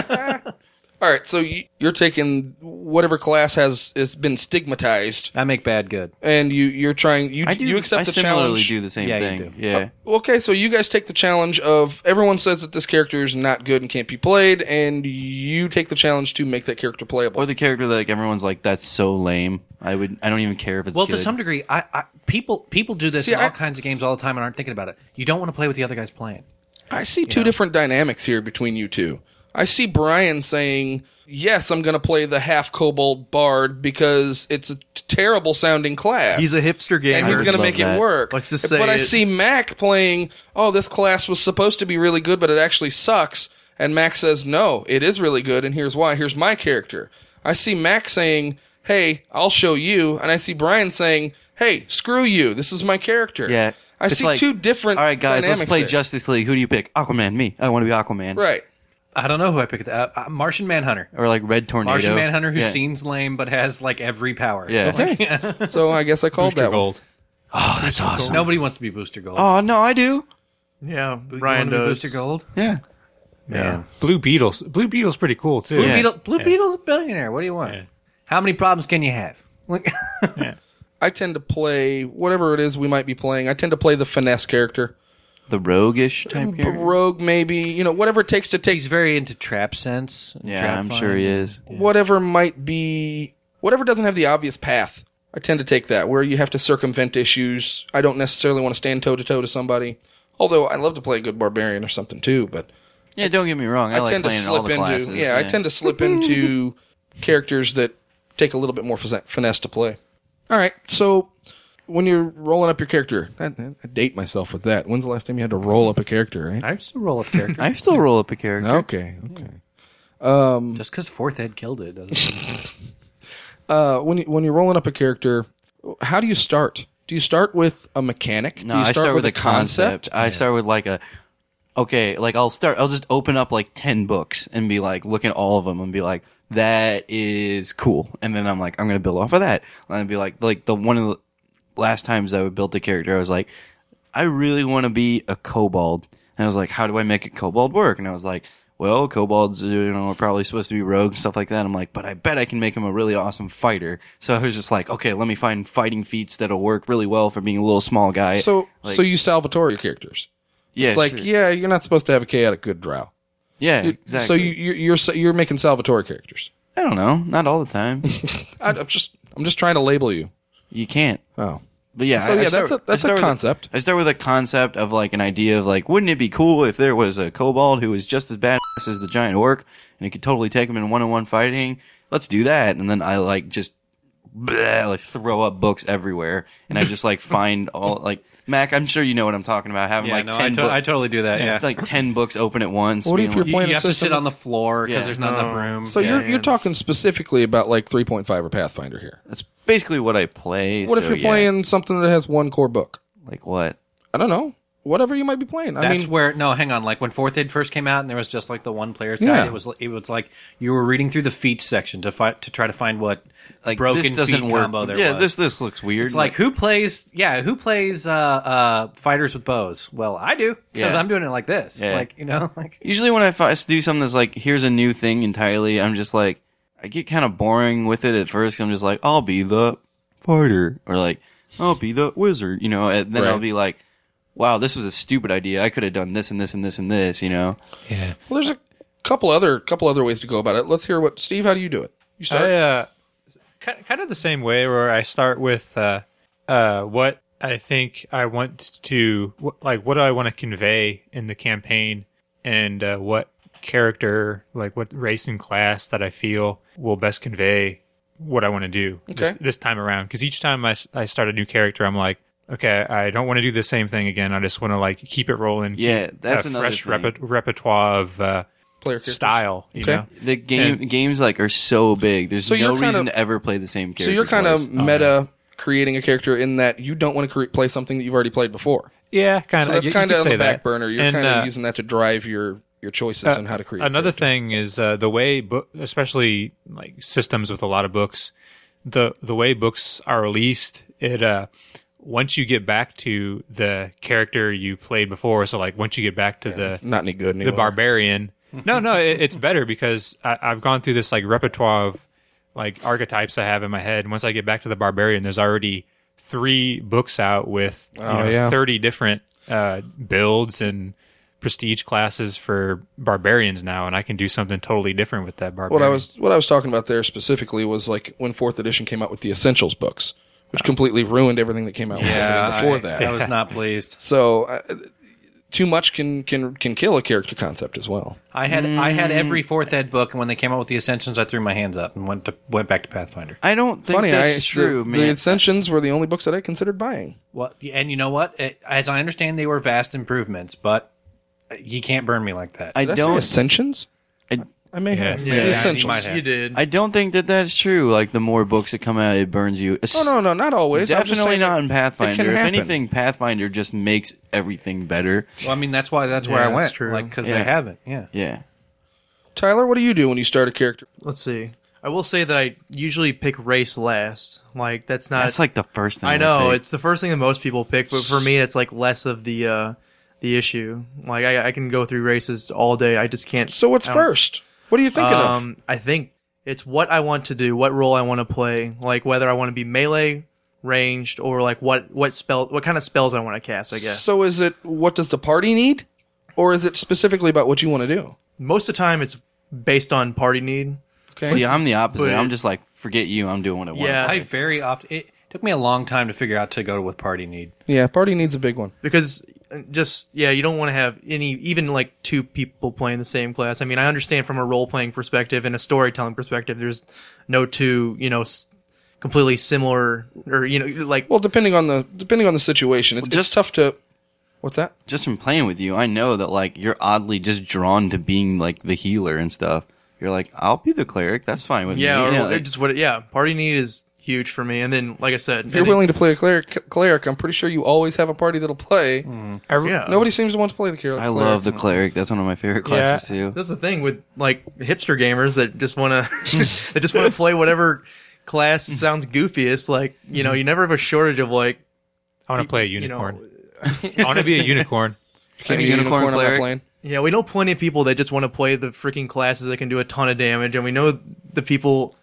Speaker 3: one.
Speaker 1: All right, so y- you're taking whatever class has it's been stigmatized
Speaker 5: I make bad good.
Speaker 1: and you you're trying you
Speaker 3: I do.
Speaker 1: you accept
Speaker 3: I
Speaker 1: the
Speaker 3: similarly
Speaker 1: challenge.
Speaker 3: do the same
Speaker 5: Yeah, you
Speaker 3: thing.
Speaker 5: do.
Speaker 3: Yeah.
Speaker 1: Okay, so you guys take the challenge of everyone says that this character is not good and can't be played and you take the challenge to make that character playable.
Speaker 3: Or the character that like, everyone's like, that's so lame. I would. I don't even care if it's
Speaker 5: Well,
Speaker 3: good.
Speaker 5: to some degree, I, I people people do this
Speaker 1: See,
Speaker 5: in all
Speaker 1: I-
Speaker 5: kinds of games all the time and aren't thinking about it. You don't want to play with the other guys playing.
Speaker 1: I see two different dynamics here between you two. I see Brian saying, "Yes, I'm going to play the half kobold bard because it's a t- terrible sounding class."
Speaker 4: He's a hipster gamer.
Speaker 1: and he's
Speaker 3: I
Speaker 1: going to
Speaker 3: love
Speaker 1: make it
Speaker 3: that.
Speaker 1: work.
Speaker 4: Let's just say
Speaker 1: but I
Speaker 4: it.
Speaker 1: see Mac playing, oh, this class was supposed to be really good, but it actually sucks. And Mac says, no, it is really good, and here's why. Here's my character. I see Mac saying, hey, I'll show you. And I see Brian saying, hey, screw you. This is my character.
Speaker 3: Yeah.
Speaker 1: I
Speaker 3: It's
Speaker 1: see
Speaker 3: like,
Speaker 1: two different.
Speaker 3: All right, guys, let's
Speaker 1: dynamics
Speaker 3: play
Speaker 1: there.
Speaker 3: Justice League. Who do you pick? Aquaman. Me. I want to be Aquaman.
Speaker 1: Right.
Speaker 5: I don't know who I picked. Uh, uh, Martian Manhunter.
Speaker 3: Or like Red Tornado.
Speaker 5: Martian Manhunter who
Speaker 3: yeah.
Speaker 5: seems lame but has like every power.
Speaker 3: Yeah.
Speaker 1: So I guess I called
Speaker 2: Booster
Speaker 1: that one.
Speaker 2: Gold.
Speaker 3: Oh, that's awesome.
Speaker 5: (laughs) Nobody wants to be Booster Gold.
Speaker 3: Oh no, I do.
Speaker 4: yeah,
Speaker 5: You
Speaker 4: Ryan
Speaker 5: wanna be
Speaker 4: does.
Speaker 5: Booster Gold.
Speaker 3: Yeah.
Speaker 5: Yeah.
Speaker 2: Blue Beetles. Blue Beetle's pretty cool too.
Speaker 5: Blue
Speaker 3: Yeah.
Speaker 5: Beetle. Blue Beetle's a billionaire. What do you want?
Speaker 2: Yeah.
Speaker 5: How many problems can you have? (laughs)
Speaker 1: I tend to play whatever it is we might be playing. I tend to play the finesse character,
Speaker 3: The roguish type character.
Speaker 1: rogue maybe. You know, whatever it takes to take
Speaker 5: He's very into trap sense. and
Speaker 3: yeah,
Speaker 5: trap
Speaker 3: I'm
Speaker 5: fun.
Speaker 3: sure he is.
Speaker 1: whatever might be whatever doesn't have the obvious path. I tend to take that where you have to circumvent issues. I don't necessarily want to stand toe to toe to somebody. Although I love to play a good barbarian or something too, but
Speaker 3: Yeah, don't get me wrong. I, like
Speaker 1: tend to
Speaker 3: playing all
Speaker 1: slip
Speaker 3: the
Speaker 1: into
Speaker 3: classes.
Speaker 1: yeah, I tend to slip
Speaker 3: (laughs)
Speaker 1: into characters that take a little bit more fise- finesse to play. All right, so when you're rolling up your character, I, I date myself with that. When's the last time you had to roll up a character? Right?
Speaker 5: I just roll up character.
Speaker 3: I still roll up a character.
Speaker 1: Okay, okay.
Speaker 5: (laughs) just because Fourth Ed killed it doesn't.
Speaker 1: uh, when you, when you're rolling up a character, how do you start? Do you start with a mechanic?
Speaker 3: No,
Speaker 1: do you
Speaker 3: I start with a concept. I start with like a okay, like I'll start. I'll just open up like ten books and be like, look at all of them and be like, that is cool. And then I'm like, I'm gonna build off of that. And I'd be like, like the one of the last times I would build the character, I was like, I really want to be a kobold. And I was like, how do I make a kobold work? And I was like. Well, kobolds, you know, are probably supposed to be rogues, stuff like that. I'm like, but I bet I can make him a really awesome fighter. So I was just like, okay, let me find fighting feats that'll work really well for being a little small guy.
Speaker 1: So
Speaker 3: Like-
Speaker 1: so you Salvatore your characters.
Speaker 3: yeah,
Speaker 1: It's like
Speaker 3: sure.
Speaker 1: yeah, you're not supposed to have a chaotic good drow.
Speaker 3: Yeah,
Speaker 1: You-
Speaker 3: exactly.
Speaker 1: So you you're you're, s- you're making Salvatore characters.
Speaker 3: I don't know, not all
Speaker 1: (laughs)
Speaker 3: the time.
Speaker 1: I, I'm just I'm just trying to label you.
Speaker 3: you can't.
Speaker 1: Oh,
Speaker 3: But yeah,
Speaker 1: So,
Speaker 3: I- I
Speaker 1: yeah,
Speaker 3: start-
Speaker 1: that's a-
Speaker 3: I
Speaker 1: that's a
Speaker 3: start with
Speaker 1: concept.
Speaker 3: I start with a concept of like an idea of like, wouldn't it be cool if there was a kobold who was just as badass as the giant orc, and it could totally take him in one-on-one fighting? Let's do that. And then I like just bleh, like throw up books everywhere, and
Speaker 1: (laughs)
Speaker 3: I just like find all like Mac. I'm sure you know what I'm talking about. Having
Speaker 5: yeah,
Speaker 3: like
Speaker 5: no, I,
Speaker 3: ten,
Speaker 5: to-
Speaker 3: book-
Speaker 5: I totally do that. Yeah,
Speaker 3: it's like ten books open at once.
Speaker 1: What if
Speaker 3: being
Speaker 1: you're
Speaker 3: like-
Speaker 5: you,
Speaker 1: Playing
Speaker 5: you
Speaker 1: a
Speaker 5: have to
Speaker 1: system-
Speaker 5: sit on the floor because
Speaker 3: Yeah.
Speaker 5: there's not enough room.
Speaker 1: so you're
Speaker 4: Yeah.
Speaker 1: you're talking specifically about like 3.5 or Pathfinder here.
Speaker 3: That's basically what I play.
Speaker 1: What if
Speaker 3: so
Speaker 1: you're
Speaker 3: yeah.
Speaker 1: playing something that has one core book?
Speaker 3: like what?
Speaker 1: I don't know. whatever you might be playing. I
Speaker 5: That's
Speaker 1: mean,
Speaker 5: where no, hang on. Like when Fourth Ed first came out, and there was just like the one player's guide.
Speaker 1: Yeah.
Speaker 5: It was it was like you were reading through the feats section to fight to try to find what
Speaker 3: Like
Speaker 5: broken
Speaker 3: this doesn't
Speaker 5: feet
Speaker 3: work.
Speaker 5: combo there
Speaker 3: yeah,
Speaker 5: was.
Speaker 3: this this looks weird.
Speaker 5: It's like who plays? Yeah, who plays uh, uh, fighters with bows? Well, I do because
Speaker 3: Yeah.
Speaker 5: I'm doing it like this.
Speaker 3: Yeah.
Speaker 5: Like you know, (laughs) like
Speaker 3: usually when I fi- do something that's like here's a new thing entirely, I'm just like I get kind of boring with it at first. i I'm just like I'll be the fighter or like I'll be the wizard, you know. And then
Speaker 1: Right.
Speaker 3: I'll be like, wow, this was a stupid idea. I could have done this and this and this and this, you know.
Speaker 2: Yeah.
Speaker 1: well, there's a couple other couple other ways to go about it. Let's hear what Steve. How do you do it? You start.
Speaker 2: I, uh, ki- kind of the same way where I start with uh, uh, what I think I want to, wh- like, what do I want to convey in the campaign and uh, what character, like, what race and class that I feel will best convey what I want to do this,
Speaker 1: Okay.
Speaker 2: this time around. Because each time I, s- I start a new character, I'm like, okay, I don't want to do the same thing again. I just want to, like, keep it rolling.
Speaker 3: Yeah,
Speaker 2: keep
Speaker 3: that's
Speaker 2: a
Speaker 3: another
Speaker 2: fresh
Speaker 3: thing.
Speaker 2: reper- repertoire of uh,
Speaker 1: player characters.
Speaker 2: style, you
Speaker 1: Okay.
Speaker 2: know?
Speaker 3: The game games like are so big. There's
Speaker 1: So
Speaker 3: no
Speaker 1: you're kind
Speaker 3: reason
Speaker 1: of-
Speaker 3: to ever play the same character.
Speaker 1: So you're kind
Speaker 3: twice.
Speaker 1: of
Speaker 2: Oh,
Speaker 1: meta creating a character in that you don't want to cre- play something that you've already played before.
Speaker 2: Yeah, kind
Speaker 1: So
Speaker 2: of.
Speaker 1: that's kind of on
Speaker 2: say
Speaker 1: the
Speaker 2: that.
Speaker 1: back burner. You're
Speaker 2: And,
Speaker 1: kind of
Speaker 2: uh,
Speaker 1: using that to drive your your choices
Speaker 2: uh,
Speaker 1: on how to create. a
Speaker 2: Another
Speaker 1: character.
Speaker 2: thing is uh, the way, book, especially like systems with a lot of books, the the way books are released. It uh, once you get back to the character you played before, so like once you get back to the
Speaker 1: It's not any good.
Speaker 2: the
Speaker 1: Anymore.
Speaker 2: barbarian. No, no, it, it's better because I, I've gone through this like repertoire of like archetypes I have in my head. And once I get back to the barbarian, there's already three books out with you
Speaker 1: Oh,
Speaker 2: know,
Speaker 1: yeah.
Speaker 2: thirty different uh, builds and prestige classes for barbarians now, and I can do something totally different with that barbarian.
Speaker 1: What I was what I was talking about there specifically was like when fourth edition came out with the essentials books,
Speaker 2: Oh.
Speaker 1: which completely ruined everything that came out with everything before
Speaker 5: I,
Speaker 1: that.
Speaker 5: I was not pleased.
Speaker 1: So uh, too much can can can kill a character concept as well.
Speaker 5: I had I had every
Speaker 3: Mm.
Speaker 5: fourth ed book, and when they came out with the Ascensions, I threw my hands up and went to went back to Pathfinder.
Speaker 3: I don't think
Speaker 1: Funny,
Speaker 3: that's
Speaker 1: I,
Speaker 3: true,
Speaker 1: the,
Speaker 3: man.
Speaker 1: The Ascensions were the only books that I considered buying.
Speaker 5: Well, and you know what? It- As I understand, they were vast improvements, but you can't burn me like that.
Speaker 3: I
Speaker 1: Did I say
Speaker 3: don't.
Speaker 1: Ascensions.
Speaker 3: I-
Speaker 1: I may
Speaker 2: Yeah.
Speaker 1: have
Speaker 2: Yeah,
Speaker 1: The
Speaker 5: you
Speaker 1: Ascensions.
Speaker 5: might have.
Speaker 4: You did.
Speaker 3: I don't think that that's true. Like the more books that come out, it burns you.
Speaker 1: Oh no, no, not always. I'm just
Speaker 3: Definitely
Speaker 1: saying
Speaker 3: not in
Speaker 1: it- it
Speaker 3: Pathfinder.
Speaker 1: can
Speaker 3: If
Speaker 1: happen.
Speaker 3: anything, Pathfinder just makes everything better.
Speaker 5: well, I mean, that's why that's where
Speaker 4: Yeah,
Speaker 5: I
Speaker 4: that's
Speaker 5: went,
Speaker 4: true.
Speaker 5: like because
Speaker 3: Yeah.
Speaker 5: they haven't. Yeah.
Speaker 3: Yeah.
Speaker 1: Tyler, what do you do when you start a character?
Speaker 4: Let's see. I will say that I usually pick race last. Like that's not.
Speaker 3: That's like the first thing.
Speaker 4: I know
Speaker 3: think.
Speaker 4: it's the first thing that most people pick, but for me, it's like less of the uh, the issue. Like I, I can go through races all day. I just can't.
Speaker 1: So
Speaker 3: Um,
Speaker 1: what's
Speaker 4: I don't-
Speaker 1: first? What are you thinking of?
Speaker 4: um, I think it's what I want to do, what role I want to play, like whether I want to be melee, ranged, or like what what spell, what kind of spells I want to cast. I guess
Speaker 1: So is it what does the party need, or is it specifically about what you want to do?
Speaker 4: most of the time it's based on party need.
Speaker 1: Okay.
Speaker 3: See, I'm the opposite.
Speaker 4: But-
Speaker 3: I'm just like, forget you. I'm doing what I want.
Speaker 4: Yeah.
Speaker 5: I very often it took me a long time to figure out to go with party need.
Speaker 1: yeah, party needs a big one.
Speaker 4: because uh, just yeah you don't want to have any even like two people playing the same class i mean i understand from a role-playing perspective and a storytelling perspective there's no two you know s- completely similar or you know like
Speaker 1: Well, depending on the depending on the situation, it's just
Speaker 3: just-
Speaker 1: tough to. What's that?
Speaker 3: Just from playing with you, I know that like you're oddly just drawn to being like the healer and stuff. You're like, I'll be the cleric. That's fine with
Speaker 4: yeah
Speaker 3: me.
Speaker 4: or
Speaker 3: You know,
Speaker 4: or
Speaker 3: like-
Speaker 4: just what yeah party need is huge for me and then like i said
Speaker 1: If you're willing to play a cleric, cleric, I'm pretty sure you always have a party that'll play.
Speaker 2: I re-
Speaker 4: yeah
Speaker 1: Nobody seems to want to play the cleric.
Speaker 3: Hmm. I love the cleric. That's one of my favorite classes too.
Speaker 4: that's the thing with like hipster gamers that just want to (laughs) that just want to play whatever class sounds goofiest like you know you never have a shortage of like
Speaker 2: I want to play a
Speaker 4: you know
Speaker 2: unicorn.
Speaker 1: (laughs)
Speaker 2: I want to be a unicorn.
Speaker 1: Can't
Speaker 3: Like
Speaker 1: be
Speaker 3: a
Speaker 1: a unicorn,
Speaker 3: unicorn
Speaker 1: on that
Speaker 3: cleric?
Speaker 1: plane.
Speaker 4: Yeah, we know plenty of people that just want to play the freaking classes that can do a ton of damage, and we know the people,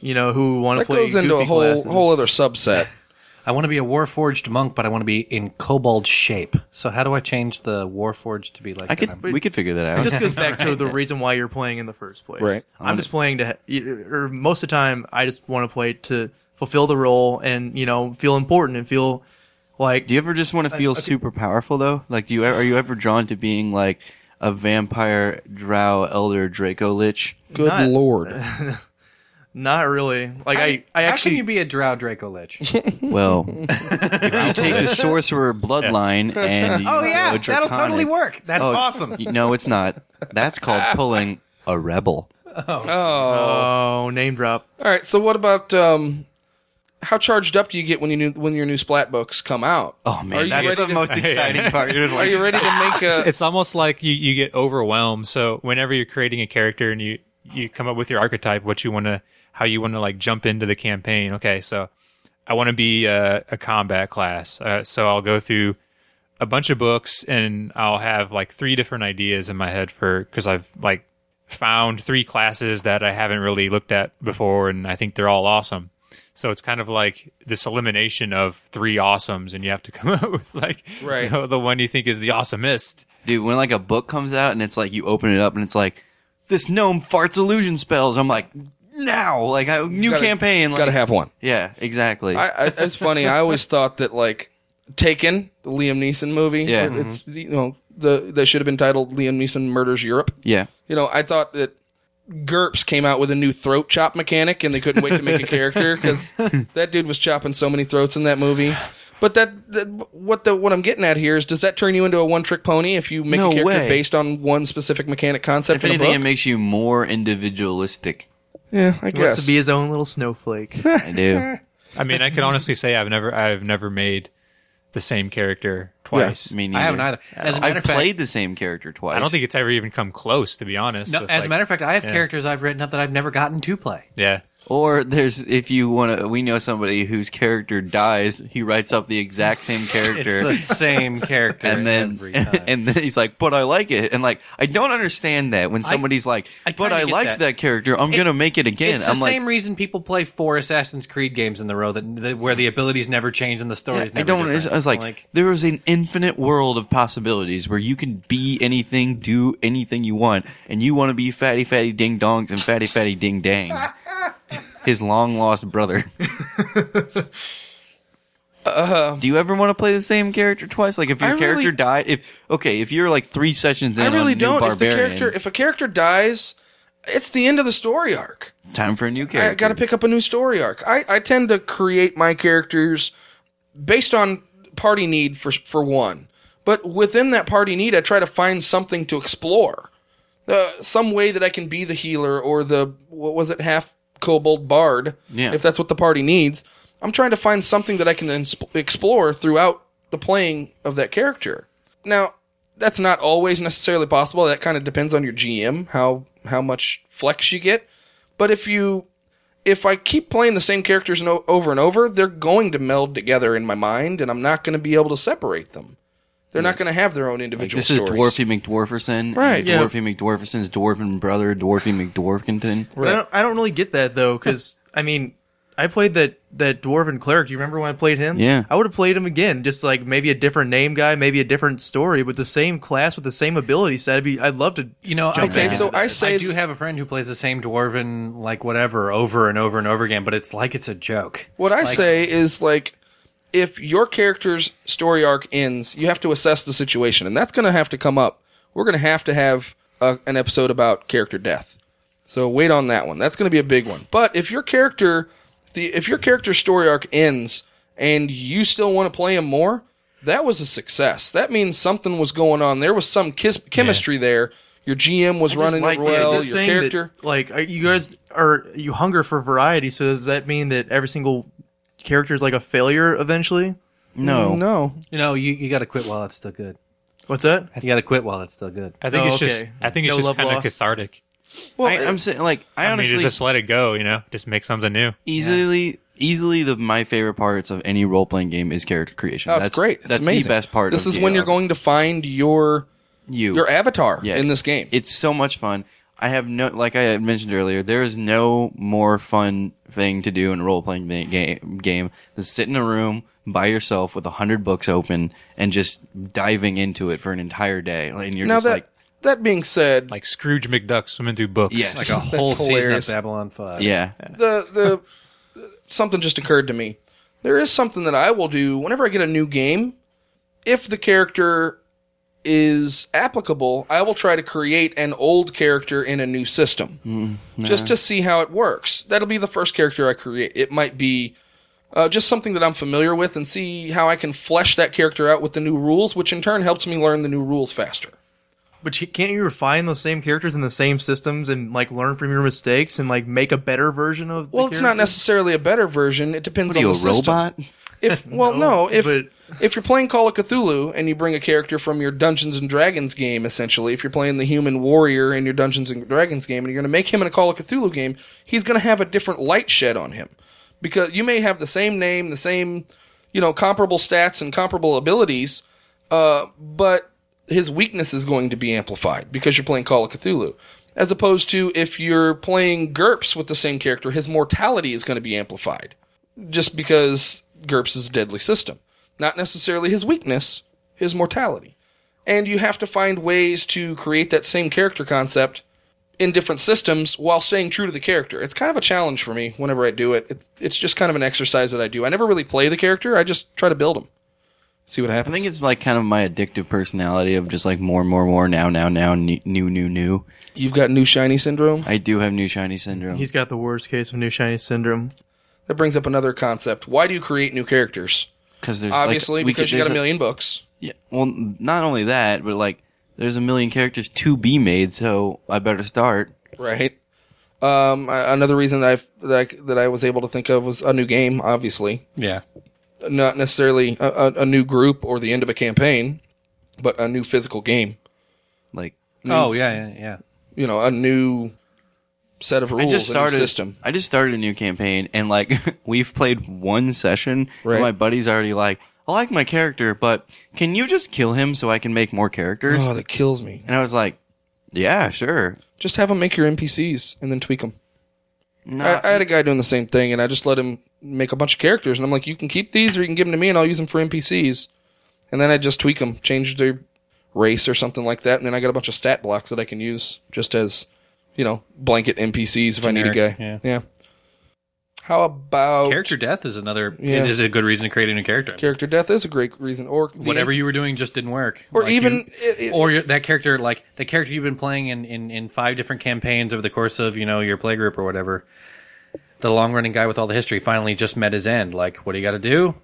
Speaker 4: you know, who want to
Speaker 1: That
Speaker 4: play
Speaker 1: goes into
Speaker 4: goofy
Speaker 1: a whole
Speaker 4: classes.
Speaker 1: whole other subset.
Speaker 5: I want to be a warforged monk, but I want to be in kobold shape. So how do I change the warforged to be like?
Speaker 3: I could.
Speaker 5: that?
Speaker 3: We could figure that
Speaker 4: It
Speaker 3: out.
Speaker 4: just goes
Speaker 1: (laughs)
Speaker 4: back to the reason why you're playing in the first place.
Speaker 1: Right.
Speaker 4: I'm just playing to, or most of the time, I just want to play to fulfill the role and you know feel important and feel like
Speaker 3: do you ever just want to feel super powerful though? Like, do you are you ever drawn to being like a vampire drow elder Draco Lich?
Speaker 1: Good
Speaker 4: Not-
Speaker 1: lord.
Speaker 4: not really. Like I, I,
Speaker 5: how
Speaker 4: actually
Speaker 5: can you be a drow Draco Lich?
Speaker 3: Well, if you take the sorcerer bloodline and you
Speaker 5: oh yeah,
Speaker 3: go
Speaker 5: that'll totally
Speaker 3: draconic-
Speaker 5: work. That's
Speaker 3: Oh,
Speaker 5: awesome. Ah.
Speaker 3: y- No, it's not. That's called pulling a rebel.
Speaker 1: Oh.
Speaker 4: oh name drop.
Speaker 1: All right. So what about um, how charged up do you get when you new, when your new splat books come out?
Speaker 3: Oh
Speaker 1: Are
Speaker 3: man,
Speaker 1: you
Speaker 3: that's
Speaker 1: ready
Speaker 3: the
Speaker 1: to-
Speaker 5: (laughs)
Speaker 3: most exciting part. You're just
Speaker 1: Are
Speaker 3: like,
Speaker 1: you ready to make
Speaker 2: (laughs) It's,
Speaker 1: a?
Speaker 2: it's almost like you, you get overwhelmed. So whenever you're creating a character and you you come up with your archetype, what you want to, how you want to like jump into the campaign. Okay, so I want to be uh, a, a combat class. Uh, so I'll go through a bunch of books and I'll have like three different ideas in my head for because I've like found three classes that I haven't really looked at before, and I think they're all awesome. So it's kind of like this elimination of three awesomes, and you have to come (laughs) up with like you
Speaker 1: Right.
Speaker 2: know, the one you think is the awesomest.
Speaker 3: dude, when like a book comes out and it's like you open it up and it's like this gnome farts illusion spells. I'm like, now, like I, new
Speaker 1: gotta-
Speaker 3: campaign. Like,
Speaker 1: Gotta have one.
Speaker 3: yeah, exactly.
Speaker 1: I, I, it's funny. I always thought that like Taken, the Liam Neeson movie.
Speaker 3: Yeah.
Speaker 1: it- it's you know the that should have been titled Liam Neeson Murders Europe.
Speaker 3: yeah,
Speaker 1: You know, I thought that Gerps came out with a new throat chop mechanic, and they couldn't wait to make a character because that dude was chopping so many throats in that movie. But that, that what the what I'm getting at here is, does that turn you into a one trick pony if you make
Speaker 3: No
Speaker 1: a character
Speaker 3: way.
Speaker 1: based on one specific mechanic concept
Speaker 3: if
Speaker 1: in
Speaker 3: anything,
Speaker 1: a
Speaker 3: it
Speaker 1: book?
Speaker 3: makes you more
Speaker 5: (laughs)
Speaker 3: individualistic.
Speaker 1: yeah, I
Speaker 4: He wants
Speaker 1: guess.
Speaker 4: to be his own little snowflake.
Speaker 1: (laughs)
Speaker 3: I do.
Speaker 2: I mean, I
Speaker 4: Mm-hmm.
Speaker 2: could honestly say I've never I've never made the same character twice.
Speaker 3: I
Speaker 5: (laughs)
Speaker 3: mean,
Speaker 5: I haven't either. As a matter
Speaker 3: I've
Speaker 5: of fact,
Speaker 3: played the same character twice.
Speaker 2: I don't think it's ever even come close, to be honest.
Speaker 5: No, as
Speaker 2: with,
Speaker 5: a
Speaker 2: like-
Speaker 5: matter of fact, I have characters I've written up that I've never gotten to play.
Speaker 2: yeah,
Speaker 3: Or there's if you want to, we know somebody whose character dies. He writes up the exact same character,
Speaker 5: (laughs) It's the
Speaker 3: (laughs)
Speaker 5: same character,
Speaker 3: and then
Speaker 5: every time.
Speaker 3: (laughs) and, then he's like, "But I like it," and like I don't understand that when somebody's like,
Speaker 5: I
Speaker 3: "But
Speaker 5: kinda
Speaker 3: I
Speaker 5: get
Speaker 3: liked that.
Speaker 5: that.
Speaker 3: character. I'm gonna make it again."
Speaker 5: it's
Speaker 3: I'm
Speaker 5: the
Speaker 3: like,
Speaker 5: same reason people play four Assassin's Creed games in the row that, that where the abilities never change and the
Speaker 3: Yeah,
Speaker 5: stories.
Speaker 3: I
Speaker 5: never
Speaker 3: don't.
Speaker 5: different.
Speaker 3: I was like, there is an infinite world of possibilities where you can be anything, do anything you want, and you want to be fatty, fatty ding dongs and fatty, fatty ding dangs. His long lost brother. do you ever want to play the same character twice? Like if your
Speaker 1: Uh-huh. I really-
Speaker 3: character died, if okay, if you're like three sessions in,
Speaker 1: I really
Speaker 3: on New
Speaker 1: don't. If the
Speaker 3: Barbarian,
Speaker 1: character if a character dies, it's the end of the story arc.
Speaker 3: time for a new character.
Speaker 1: I got to pick up a new story arc. I, I tend to create my characters based on party need for for one, but within that party need, I try to find something to explore, uh, some way that I can be the healer or the what was it half kobold bard,
Speaker 3: Yeah.
Speaker 1: if that's what the party needs. I'm trying to find something that I can insp- explore throughout the playing of that character. Now, that's not always necessarily possible. That kind of depends on your GM how how much flex you get. But if you if I keep playing the same characters no, over and over, they're going to meld together in my mind, and I'm not going to be able to separate them. They're not going to have their own individual
Speaker 3: This is
Speaker 1: stories.
Speaker 3: Dwarfy McDwarferson,
Speaker 1: Right, yeah.
Speaker 3: Dwarfy McDwarferson's dwarven brother, Dwarfy McDwarfington.
Speaker 4: But I, don't, I don't really get that though, because I mean, I played that that dwarven cleric. Do you remember when I played him?
Speaker 3: Yeah.
Speaker 4: I would have played him again, just like maybe a different name guy, maybe a different story, but the same class with the same ability set. I'd be, I'd love to.
Speaker 5: you know,
Speaker 4: Jump
Speaker 1: Okay,
Speaker 4: back
Speaker 5: I,
Speaker 1: so
Speaker 4: into
Speaker 1: I
Speaker 5: I
Speaker 1: say
Speaker 5: do have a friend who plays the same dwarven like whatever over and over and over again, but it's like it's a joke.
Speaker 1: what I say is like if your character's story arc ends, you have to assess the situation, and that's going to have to come up. We're going to have to have uh, an episode about character death. So wait on that one. That's going to be a big one. But if your character, the if your character's story arc ends and you still want to play him more, that was a success. That means something was going on. There was some kiss, chemistry there. Your GM was
Speaker 3: just
Speaker 1: running
Speaker 3: like
Speaker 1: it
Speaker 3: the-
Speaker 1: well.
Speaker 4: Just
Speaker 1: your
Speaker 4: saying that,
Speaker 1: character.
Speaker 4: like are- you guys are you hunger for variety? So does that mean that every single character is like a failure eventually?
Speaker 3: No,
Speaker 1: No.
Speaker 5: You know, you, you got to quit while it's still good.
Speaker 4: What's that?
Speaker 5: You got to quit while it's still good.
Speaker 2: I think
Speaker 4: Oh,
Speaker 2: it's just
Speaker 4: okay.
Speaker 2: I think it's
Speaker 4: No
Speaker 2: just
Speaker 4: love
Speaker 2: kind of
Speaker 4: lost.
Speaker 2: cathartic.
Speaker 1: Well,
Speaker 3: I, I'm saying like I
Speaker 2: I mean,
Speaker 3: honestly
Speaker 2: you just let it go. You know, just make something new.
Speaker 3: easily easily the my favorite parts of any role playing game is character creation.
Speaker 1: Oh, it's great. It's
Speaker 3: That's
Speaker 1: amazing.
Speaker 3: the best part.
Speaker 1: This
Speaker 3: of
Speaker 1: is when
Speaker 3: DL.
Speaker 1: you're going to find your
Speaker 3: you
Speaker 1: your avatar
Speaker 3: Yeah.
Speaker 1: in this game.
Speaker 3: It's so much fun. I have no like I had mentioned earlier. There is no more fun thing to do in a role playing game game than sit in a room by yourself with a hundred books open and just diving into it for an entire day. And you're
Speaker 1: now
Speaker 3: just
Speaker 1: that
Speaker 3: like,
Speaker 1: that being said,
Speaker 2: Like Scrooge McDuck swimming through books.
Speaker 3: Yes.
Speaker 5: Like a whole season
Speaker 1: hilarious.
Speaker 5: of Babylon Five.
Speaker 3: yeah,
Speaker 1: the the something just occurred to me. There is something that I will do whenever I get a new game. If the character is applicable, I will try to create an old character in a new system just to see how it works. That'll be the first character I create. It might be uh, just something that I'm familiar with and see how I can flesh that character out with the new rules, which in turn helps me learn the new rules faster.
Speaker 4: But you- can't you refine those same characters in the same systems and like learn from your mistakes and like make a better version of? the
Speaker 1: Well, it's not
Speaker 4: character?
Speaker 1: necessarily a better version. It depends
Speaker 3: What are you,
Speaker 1: on
Speaker 3: a
Speaker 1: the system.
Speaker 3: robot?
Speaker 1: If well,
Speaker 4: (laughs) No,
Speaker 1: no. If
Speaker 4: but-
Speaker 1: if you're playing Call of Cthulhu and you bring a character from your Dungeons and Dragons game, essentially, if you're playing the human warrior in your Dungeons and Dragons game, and you're going to make him in a Call of Cthulhu game, he's going to have a different light shed on him because you may have the same name, the same you know comparable stats and comparable abilities, uh, but his weakness is going to be amplified because you're playing Call of Cthulhu. As opposed to if you're playing GURPS with the same character, his mortality is going to be amplified just because GURPS is a deadly system. Not necessarily his weakness, his mortality. And you have to find ways to create that same character concept in different systems while staying true to the character. It's kind of a challenge for me whenever I do it. It's, it's just kind of an exercise that I do. I never really play the character, I just try to build him. See what happens.
Speaker 3: I think it's like kind of my addictive personality of just like more, more, more, now, now, now, new, new, new, new.
Speaker 1: You've got new shiny syndrome.
Speaker 3: I do have new shiny syndrome.
Speaker 4: He's got the worst case of new shiny syndrome.
Speaker 1: That brings up another concept. Why do you create new characters?
Speaker 3: Because there's
Speaker 1: Obviously,
Speaker 3: like, we
Speaker 1: because
Speaker 3: could-
Speaker 1: you got
Speaker 3: there's
Speaker 1: a million books.
Speaker 3: Yeah. Well, n- not only that, but like there's a million characters to be made, so I better start.
Speaker 1: right? Um, a- another reason that, I've, that I that I was able to think of was a new game, obviously,
Speaker 5: Yeah.
Speaker 1: not necessarily a, a, a new group or the end of a campaign, but a new physical game.
Speaker 3: Like
Speaker 5: Oh yeah, yeah, yeah.
Speaker 1: You know, a new set of rules,
Speaker 3: I just
Speaker 1: a
Speaker 3: started.
Speaker 1: new system.
Speaker 3: I just started a new campaign, and like (laughs) we've played one session.
Speaker 1: Right.
Speaker 3: And my buddy's already like, I like my character, but can you just kill him so I can make more characters?
Speaker 1: Oh, that kills me.
Speaker 3: And I was like, Yeah, sure.
Speaker 1: Just have them make your NPCs and then tweak them.
Speaker 3: No,
Speaker 1: I, I had a guy doing the same thing, and I just let him make a bunch of characters, and I'm like, you can keep these, or you can give them to me, and I'll use them for NPCs. And then I just tweak them, change their race or something like that, and then I got a bunch of stat blocks that I can use just as, you know, blanket NPCs if I need a
Speaker 5: Generic,
Speaker 1: guy.
Speaker 5: yeah.
Speaker 1: How about
Speaker 5: Character death is another
Speaker 1: Yeah.
Speaker 5: is a good reason to create a new character.
Speaker 1: character death is a great reason, or the-
Speaker 5: Whatever you were doing just didn't work,
Speaker 1: or
Speaker 5: Like,
Speaker 1: even
Speaker 5: you-
Speaker 1: it- it-
Speaker 5: or your, that character, like the character you've been playing in, in in five different campaigns over the course of you know your playgroup or whatever. The long running guy with all the history finally just met his end. Like, what do you got to do?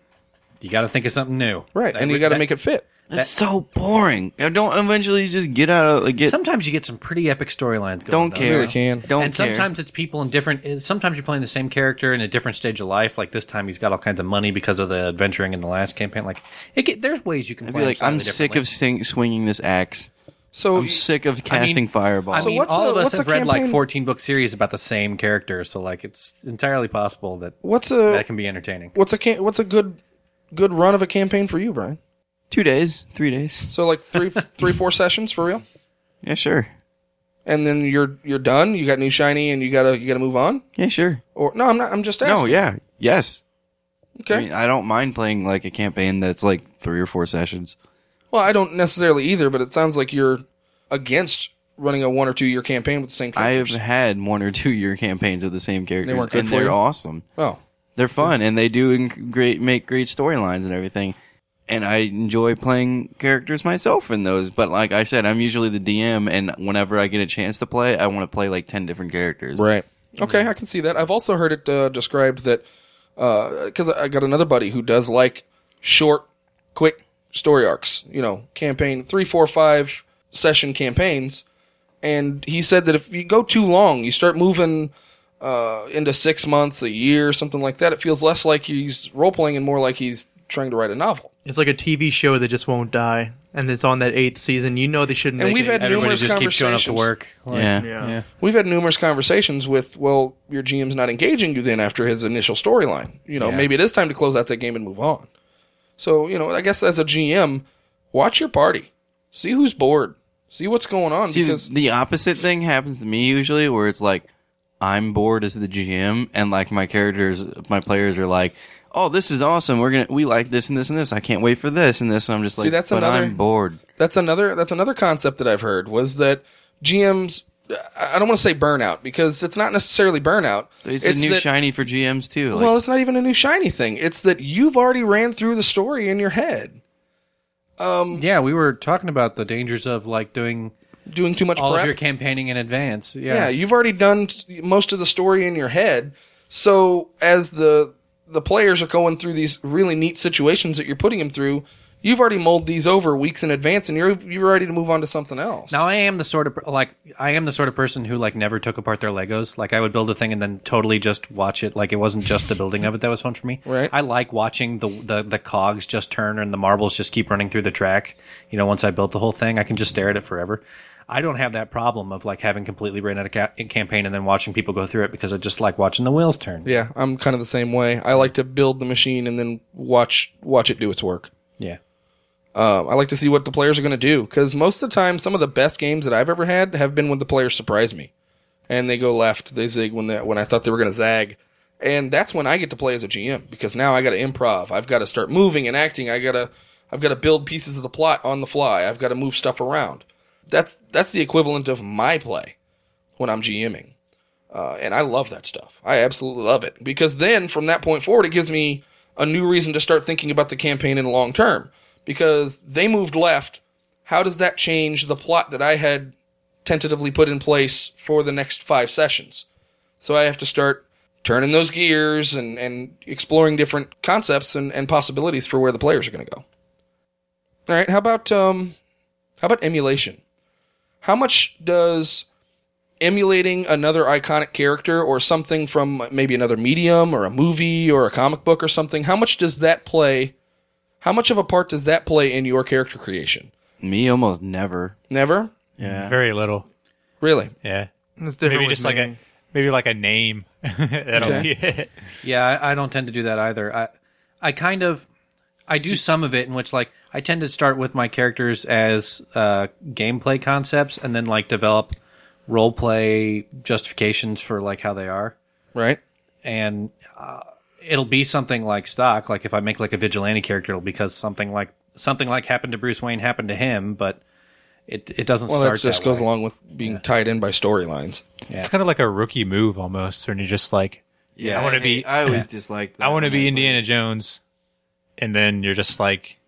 Speaker 5: You got to think of something new,
Speaker 1: right,
Speaker 5: That
Speaker 1: and you
Speaker 5: re-
Speaker 1: got to
Speaker 5: that-
Speaker 1: make it fit.
Speaker 3: that's so boring. I don't eventually you just get out of like
Speaker 5: (laughs)
Speaker 3: get.
Speaker 5: Sometimes you get some pretty epic storylines. going
Speaker 3: don't
Speaker 5: though.
Speaker 3: care.
Speaker 1: really can.
Speaker 3: Don't
Speaker 5: and
Speaker 3: care.
Speaker 5: sometimes it's people in different. eh, Sometimes you're playing the same character in a different stage of life. Like this time, he's got all kinds of money because of the adventuring in the last campaign. Like it get, there's ways you can
Speaker 3: I'd
Speaker 5: play.
Speaker 3: be
Speaker 5: them
Speaker 3: like,
Speaker 5: slightly
Speaker 3: I'm sick
Speaker 5: differently.
Speaker 3: of sing- swinging this axe.
Speaker 1: So
Speaker 3: I'm sick of casting
Speaker 5: I
Speaker 3: fireballs.
Speaker 5: mean,
Speaker 1: what's
Speaker 5: all
Speaker 1: a-
Speaker 5: of us
Speaker 1: what's a
Speaker 5: have read like
Speaker 1: campaign-
Speaker 5: 14 book series about the same character, so like it's entirely possible that
Speaker 1: what's a
Speaker 5: that can be entertaining.
Speaker 1: what's a ca- what's a good good run of a campaign for you, Brian?
Speaker 3: Two days, three days.
Speaker 1: So like
Speaker 5: (laughs)
Speaker 1: three three four sessions for real.
Speaker 3: Yeah, sure.
Speaker 1: and then you're you're done. You got new shiny, and you gotta you gotta move on.
Speaker 3: Yeah, sure.
Speaker 1: Or no, I'm not. I'm just
Speaker 3: No,
Speaker 1: asking.
Speaker 3: yeah, yes.
Speaker 1: okay.
Speaker 3: I mean, I don't mind playing like a campaign that's like three or four sessions.
Speaker 1: well, I don't necessarily either, but it sounds like you're against running a one or two year campaign with the same
Speaker 3: I've
Speaker 1: characters.
Speaker 3: had one or two (laughs) year campaigns of the same characters,
Speaker 1: weren't good
Speaker 3: and
Speaker 1: for
Speaker 3: they're
Speaker 1: you?
Speaker 3: awesome.
Speaker 1: oh,
Speaker 3: They're fun, and they do inc- great, make great storylines and everything. And I enjoy playing characters myself in those. But like I said, I'm usually the DM, and whenever I get a chance to play, I want to play like ten different characters.
Speaker 1: right. Okay, I can see that. I've also heard it uh, described that because I I got another buddy who does like short, quick story arcs. You know, campaign three, four, five session campaigns, and he said that if you go too long, you start moving uh, into six months, a year, something like that. It feels less like he's role playing and more like he's trying to write a novel.
Speaker 4: It's like a TV show that just won't die, and it's on that eighth season. You know they shouldn't.
Speaker 1: And
Speaker 4: make
Speaker 1: we've
Speaker 4: it.
Speaker 1: had
Speaker 5: Everybody
Speaker 1: numerous
Speaker 5: just keeps showing up to
Speaker 1: conversations.
Speaker 5: work. Like,
Speaker 3: Yeah.
Speaker 4: Yeah.
Speaker 1: We've had numerous conversations with, well, your GM's not engaging you then after his initial storyline. You know,
Speaker 5: Yeah.
Speaker 1: maybe it is time to close out that game and move on. So, you know, I guess as a GM, watch your party, see who's bored, see what's going on.
Speaker 3: See,
Speaker 1: because
Speaker 3: the, the opposite thing happens to me usually, where it's like I'm bored as the GM, and like my characters, my players are like, "Oh, this is awesome. We're gonna we like this and this and this. I can't wait for this and this." And I'm just like,
Speaker 1: that's
Speaker 3: "But
Speaker 1: another-
Speaker 3: I'm bored."
Speaker 1: that's another that's another concept that I've heard was that GMs. I I don't want to say burnout because it's not necessarily burnout.
Speaker 3: It's, a new
Speaker 1: that-
Speaker 3: shiny for GMs too. Like,
Speaker 1: well, it's not even a new shiny thing. It's that you've already ran through the story in your head, Mm-hmm.
Speaker 5: yeah, we were talking about the dangers of like doing
Speaker 1: doing too much
Speaker 5: all
Speaker 1: prep.
Speaker 5: of your campaigning in advance. Yeah,
Speaker 1: yeah you've already done t- most of the story in your head so as the the players are going through these really neat situations that you're putting them through you've already mulled these over weeks in advance, and you're you're ready to move on to something else.
Speaker 5: Now I am the sort of per- like I am the sort of person who like never took apart their Legos. Like I would build a thing and then totally just watch it. Like it wasn't just the building of it that was fun for me.
Speaker 1: Right.
Speaker 5: I like watching the the, the cogs just turn and the marbles just keep running through the track. You know, once I built the whole thing, I can just stare at it forever. I don't have that problem of like having completely ran out of ca- campaign and then watching people go through it because I just like watching the wheels turn.
Speaker 1: yeah, I'm kind of the same way. I like to build the machine and then watch watch it do its work.
Speaker 5: Yeah.
Speaker 1: Um, I like to see what the players are going to do because most of the time, some of the best games that I've ever had have been when the players surprise me, and they go left, they zig when they, when I thought they were going to zag, and that's when I get to play as a GM because now I got to improv. I've got to start moving and acting. I gotta I've got to build pieces of the plot on the fly. I've got to move stuff around. That's that's the equivalent of my play when I'm GMing, uh, and I love that stuff. I absolutely love it because then from that point forward, it gives me a new reason to start thinking about the campaign in the long term because they moved left. How does that change the plot that I had tentatively put in place for the next five sessions? So I have to start turning those gears and, and exploring different concepts and, and possibilities for where the players are going to go. All right, how about um, how about emulation? How much does emulating another iconic character or something from maybe another medium or a movie or a comic book or something? How much does that play? How much of a part does that play in your character creation?
Speaker 3: Me almost never.
Speaker 1: Never,
Speaker 3: Yeah.
Speaker 2: Very little.
Speaker 1: really.
Speaker 2: Yeah.
Speaker 4: It's different
Speaker 2: Maybe
Speaker 4: with
Speaker 2: just like
Speaker 4: me.
Speaker 2: a maybe like a name. (laughs) That'll
Speaker 1: Okay.
Speaker 2: be it.
Speaker 5: Yeah, I, I don't tend to do that either. I I kind of I do some of it in which like I tend to start with my characters as uh, gameplay concepts and then like develop role play justifications for like how they are
Speaker 1: Right.
Speaker 5: and uh, it'll be something like stock like if I make like a vigilante character it'll because something like something like happened to Bruce Wayne happened to him but it it doesn't
Speaker 1: Well,
Speaker 5: start
Speaker 1: that just
Speaker 5: that
Speaker 1: goes
Speaker 5: way.
Speaker 1: along with being tied in by storylines.
Speaker 2: It's kind of like a rookie move almost, when you're just like, I wanna be-
Speaker 3: I
Speaker 2: (laughs)
Speaker 3: always dislike.
Speaker 2: I want to be Indiana Jones, and then you're just like,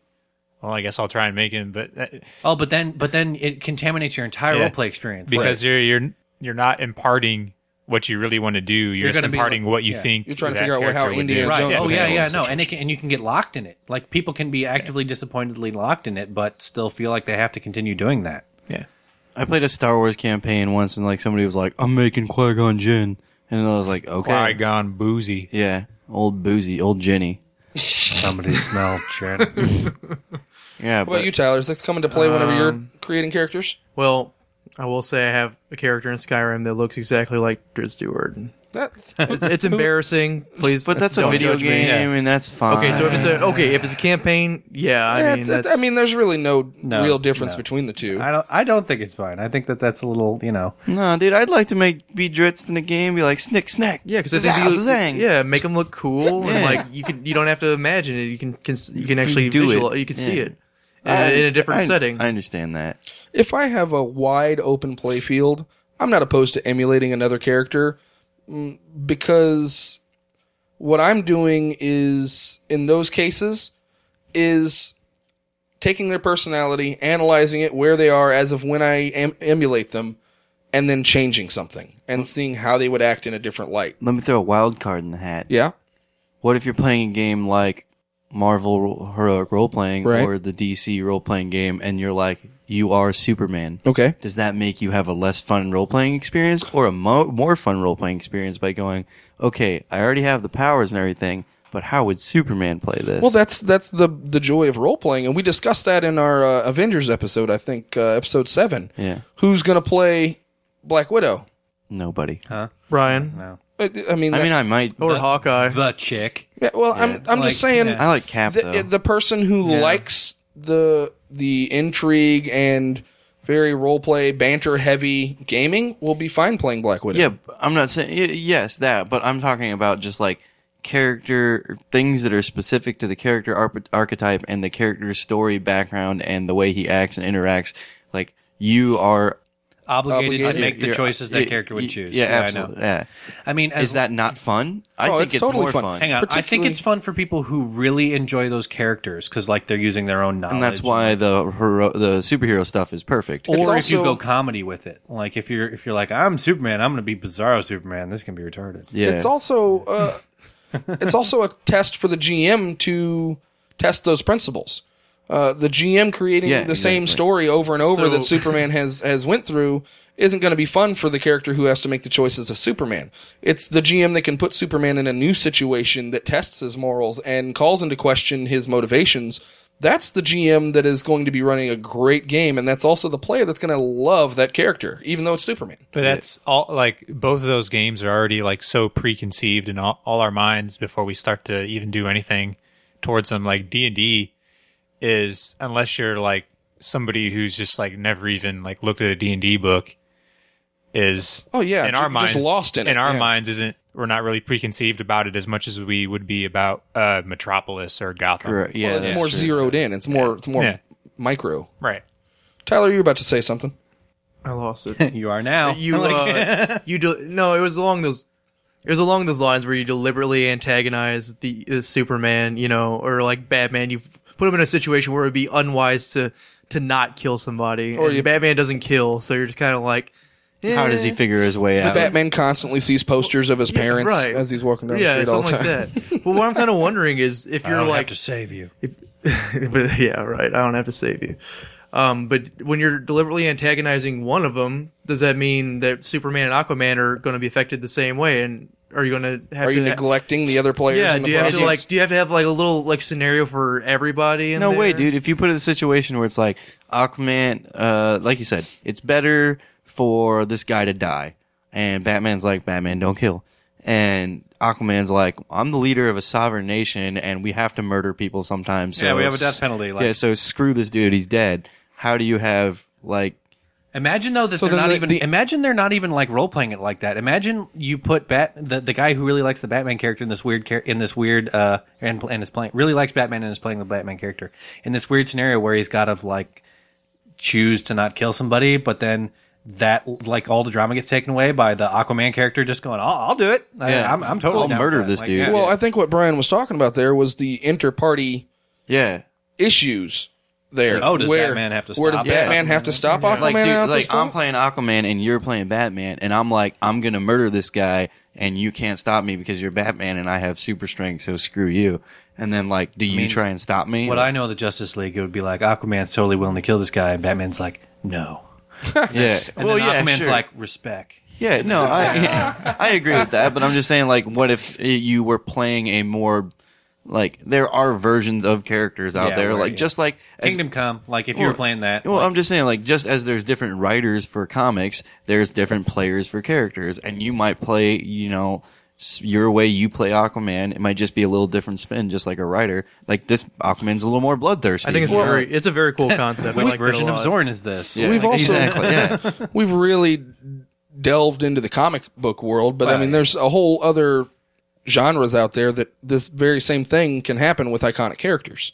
Speaker 2: well, I guess I'll try and make him, but that-
Speaker 5: Oh, but then but then it contaminates your entire
Speaker 2: Yeah.
Speaker 5: role play experience Like-
Speaker 2: because you're you're you're not imparting what you really want to do, you're, just
Speaker 5: gonna be
Speaker 2: imparting
Speaker 5: like-
Speaker 2: what you
Speaker 5: yeah.
Speaker 2: think.
Speaker 1: You're trying to
Speaker 2: that
Speaker 1: figure out where- how
Speaker 2: character would do.
Speaker 1: Indiana
Speaker 2: Right,
Speaker 1: Jones
Speaker 2: yeah.
Speaker 5: Oh
Speaker 1: would
Speaker 5: yeah,
Speaker 1: handle
Speaker 5: yeah,
Speaker 1: the
Speaker 5: no, and it can, and you can get locked in it. Like people can be actively disappointedly locked in it, but still feel like they have to continue doing that.
Speaker 2: Yeah.
Speaker 3: I played a Star Wars campaign once, and like somebody was like, "I'm making Qui Gon Jinn," and I was like, "Okay,
Speaker 2: Qui-Gon boozy.
Speaker 3: yeah, old boozy, old Jenny."
Speaker 5: Somebody smell Jen.
Speaker 3: (laughs) Yeah,
Speaker 1: What about
Speaker 3: but
Speaker 1: you, Tyler? Is this coming to play whenever you're creating characters?
Speaker 4: Well, I will say I have a character in Skyrim that looks exactly like Driz Stewart.
Speaker 1: That's (laughs)
Speaker 4: It's, it's embarrassing. Please,
Speaker 3: but that's a
Speaker 4: don't
Speaker 3: video
Speaker 4: judge me.
Speaker 3: game, and that's fine.
Speaker 4: Okay, so if it's a okay, if it's a campaign, yeah, I
Speaker 1: Yeah,
Speaker 4: mean,
Speaker 1: it's-
Speaker 4: that's,
Speaker 1: it's- I mean, there's really no,
Speaker 5: No,
Speaker 1: real difference
Speaker 5: no.
Speaker 1: between the two.
Speaker 5: I don't. I don't think it's fine. I think that that's a little, you know.
Speaker 3: no, dude, I'd like to make be Dritz in a game, be like snick snack,
Speaker 4: yeah, because I think
Speaker 3: Zazz,
Speaker 4: you,
Speaker 3: zang.
Speaker 4: yeah, make them look cool and
Speaker 3: Yeah.
Speaker 4: like you can you don't have to imagine it. You can, can you can actually
Speaker 3: do it.
Speaker 4: visual, You can see
Speaker 3: Yeah.
Speaker 4: it in,
Speaker 3: I
Speaker 4: in a
Speaker 3: underst-
Speaker 4: different
Speaker 3: I-
Speaker 4: setting.
Speaker 3: I understand that.
Speaker 1: if I have a wide open play field, I'm not opposed to emulating another character mm, because what I'm doing is in those cases is taking their personality, analyzing it where they are as of when I em- emulate them and then changing something and seeing how they would act in a different light.
Speaker 3: Let me throw a wild card in the hat.
Speaker 1: Yeah.
Speaker 3: What if you're playing a game like Marvel Ro- Heroic Role Playing
Speaker 1: Right.
Speaker 3: or the DC role playing game, and you're like, you are Superman?
Speaker 1: Okay.
Speaker 3: Does that make you have a less fun role playing experience or a mo- more fun role playing experience by going, okay, I already have the powers and everything, but how would Superman play this?
Speaker 1: Well, that's that's the the joy of role playing, and we discussed that in our uh, Avengers episode, I think uh, episode seven.
Speaker 3: yeah,
Speaker 1: Who's gonna play Black Widow?
Speaker 3: nobody.
Speaker 4: Ryan
Speaker 1: I I mean,
Speaker 3: I
Speaker 1: that-
Speaker 3: mean, I might.
Speaker 4: or
Speaker 3: (laughs)
Speaker 4: Hawkeye,
Speaker 5: The chick.
Speaker 1: yeah, well, I'm I'm
Speaker 5: Like,
Speaker 1: just saying
Speaker 5: yeah.
Speaker 3: I like Cap
Speaker 1: the,
Speaker 3: though.
Speaker 1: the person who likes the the intrigue and very role play banter heavy gaming will be fine playing Black Widow.
Speaker 3: yeah, but I'm not saying y- yes that, but I'm talking about just like character things that are specific to the character arp- archetype and the character's story background and the way he acts and interacts. Like you are
Speaker 5: Obligated, to
Speaker 1: Obligated.
Speaker 5: make the
Speaker 3: you're-
Speaker 5: choices
Speaker 3: y-
Speaker 5: that character
Speaker 3: y-
Speaker 5: would choose.
Speaker 3: Yeah,
Speaker 5: I
Speaker 3: absolutely.
Speaker 5: know.
Speaker 3: Yeah.
Speaker 5: I mean, as,
Speaker 3: Is that not fun? I
Speaker 1: Oh,
Speaker 3: think
Speaker 1: it's
Speaker 3: it's,
Speaker 1: totally
Speaker 3: more
Speaker 1: fun.
Speaker 3: fun.
Speaker 5: Hang on. I think
Speaker 1: particularly-
Speaker 5: it's fun for people who really enjoy those characters because, like, they're using their own knowledge.
Speaker 3: and that's why the hero, the superhero stuff is perfect.
Speaker 5: Or
Speaker 1: It's
Speaker 5: if you
Speaker 1: also-
Speaker 5: go comedy with it, like if you're if you're like I'm Superman, I'm going to be Bizarro Superman. This can be retarded.
Speaker 3: yeah.
Speaker 1: It's also uh, it's also a test for the GM to test those principles. uh, the GM creating
Speaker 3: Yeah,
Speaker 1: the same
Speaker 3: exactly.
Speaker 1: story over and over
Speaker 4: So-
Speaker 1: that Superman has has went through isn't going to be fun for the character who has to make the choices as Superman. It's the GM that can put Superman in a new situation that tests his morals and calls into question his motivations. That's the GM that is going to be running a great game, and that's also the player that's going to love that character, even though it's Superman.
Speaker 2: But that's all like both of those games are already like so preconceived in all, all our minds before we start to even do anything towards them. Like D and D is unless you're like somebody who's just like never even like looked at a D and D book is
Speaker 1: Oh, yeah,
Speaker 2: in
Speaker 1: ju-
Speaker 2: our
Speaker 1: just
Speaker 2: minds
Speaker 1: lost in it,
Speaker 2: our
Speaker 1: yeah.
Speaker 2: minds isn't we're not really preconceived about it as much as we would be about uh Metropolis or Gotham
Speaker 3: Correct. Yeah,
Speaker 1: Well, it's
Speaker 3: that's
Speaker 1: more
Speaker 3: true.
Speaker 1: zeroed in. It's more it's more
Speaker 2: Yeah.
Speaker 1: micro.
Speaker 2: right
Speaker 1: Tyler, you're about to say something.
Speaker 4: I lost it.
Speaker 5: you are now.
Speaker 3: (laughs)
Speaker 4: (laughs)
Speaker 5: (laughs)
Speaker 4: you
Speaker 3: Oh
Speaker 4: uh, you de- no it was along those it was along those lines where you deliberately antagonize the, the superman you know or like batman you've put him in a situation where it would be unwise to to not kill somebody
Speaker 1: Or
Speaker 4: or
Speaker 1: you-
Speaker 4: batman doesn't kill so you're just kind of like
Speaker 3: How does he
Speaker 4: eh.
Speaker 3: figure his way out?
Speaker 1: Batman constantly sees posters of his
Speaker 4: yeah,
Speaker 1: parents
Speaker 4: right.
Speaker 1: as he's walking down the
Speaker 4: yeah
Speaker 1: street all
Speaker 4: something
Speaker 1: the
Speaker 4: like
Speaker 1: time.
Speaker 4: that but what i'm kind of wondering is if
Speaker 5: I
Speaker 4: you're
Speaker 5: don't have
Speaker 4: like (laughs)
Speaker 5: to save you.
Speaker 4: but yeah, right. I don't have to save you. Um, but when you're deliberately antagonizing one of them, does that mean that Superman and Aquaman are going to be affected the same way? And are you going to have
Speaker 1: Are
Speaker 4: to
Speaker 1: you neglecting the other players?
Speaker 4: yeah?
Speaker 1: in the
Speaker 4: Do you have to
Speaker 1: process?
Speaker 4: like? Do you have to have like a little like scenario for everybody? In
Speaker 3: No way,
Speaker 4: there?
Speaker 3: dude. If you put it in a situation where it's like Aquaman, uh, like you said, it's better for this guy to die, and Batman's like, Batman, don't kill, and Aquaman's like, I'm the leader of a sovereign nation, and we have to murder people sometimes. So
Speaker 5: Yeah, we have a death penalty, like-
Speaker 3: yeah, so screw this dude. He's dead. How do you have like?
Speaker 5: Imagine though that
Speaker 1: So
Speaker 5: they're
Speaker 1: then
Speaker 5: not
Speaker 1: the-
Speaker 5: even.
Speaker 1: the-
Speaker 5: imagine they're not even like role playing it like that. Imagine you put bat the, the guy who really likes the Batman character in this weird char- in this weird uh and and is playing really likes Batman and is playing the Batman character in this weird scenario where he's got to like choose to not kill somebody, but then that like all the drama gets taken away by the Aquaman character just going, "Oh, I'll do it. I,
Speaker 3: Yeah.
Speaker 5: I'm, I'm totally
Speaker 3: I'll
Speaker 5: down with
Speaker 3: murder
Speaker 5: that."
Speaker 3: this
Speaker 5: Like,
Speaker 3: dude.
Speaker 5: yeah.
Speaker 3: Well,
Speaker 1: Well, I think what Brian was talking about there was the inter-party
Speaker 3: Yeah,
Speaker 1: issues. There.
Speaker 5: Oh, does
Speaker 1: where,
Speaker 5: Batman have to
Speaker 1: Where does
Speaker 5: stop
Speaker 1: Batman
Speaker 5: Aquaman?
Speaker 1: have to stop Aquaman?
Speaker 3: like
Speaker 1: at
Speaker 3: dude,
Speaker 1: this
Speaker 3: like I'm
Speaker 1: point?
Speaker 3: playing Aquaman and you're playing Batman, and I'm like, I'm gonna murder this guy, and you can't stop me because you're Batman and I have super strength, so screw you. And then like, do you try and stop me?
Speaker 5: What I know of the Justice League, it would be like Aquaman's totally willing to kill this guy, and Batman's like, "No."
Speaker 3: yeah,
Speaker 5: (laughs) And
Speaker 3: well,
Speaker 5: then
Speaker 3: yeah,
Speaker 5: Aquaman's
Speaker 3: sure.
Speaker 5: like, "Respect."
Speaker 3: yeah, no,
Speaker 5: (laughs)
Speaker 3: I, yeah, I (laughs) agree with that, but I'm just saying, like, what if uh, you were playing a more like there are versions of characters out
Speaker 5: Yeah,
Speaker 3: there,
Speaker 5: where,
Speaker 3: like
Speaker 5: yeah.
Speaker 3: just like as-
Speaker 5: Kingdom Come, like if you were
Speaker 3: Well,
Speaker 5: playing that,
Speaker 3: Well,
Speaker 5: like-
Speaker 3: I'm just saying, like, just as there's different writers for comics, there's different players for characters, and you might play, you know, s- your way you play Aquaman. It might just be a little different spin, just like a writer. Like this Aquaman's a little more bloodthirsty.
Speaker 4: I think it's
Speaker 3: you
Speaker 4: a
Speaker 3: know?
Speaker 4: very it's a very cool concept. I
Speaker 5: Which
Speaker 4: like that a
Speaker 5: version of
Speaker 4: lot.
Speaker 5: Zorn is this?
Speaker 3: Yeah,
Speaker 1: We've also-
Speaker 3: exactly. Yeah,
Speaker 1: We've really delved into the comic book world, but I mean,
Speaker 5: Right.
Speaker 1: there's a whole other genres out there that this very same thing can happen with iconic characters.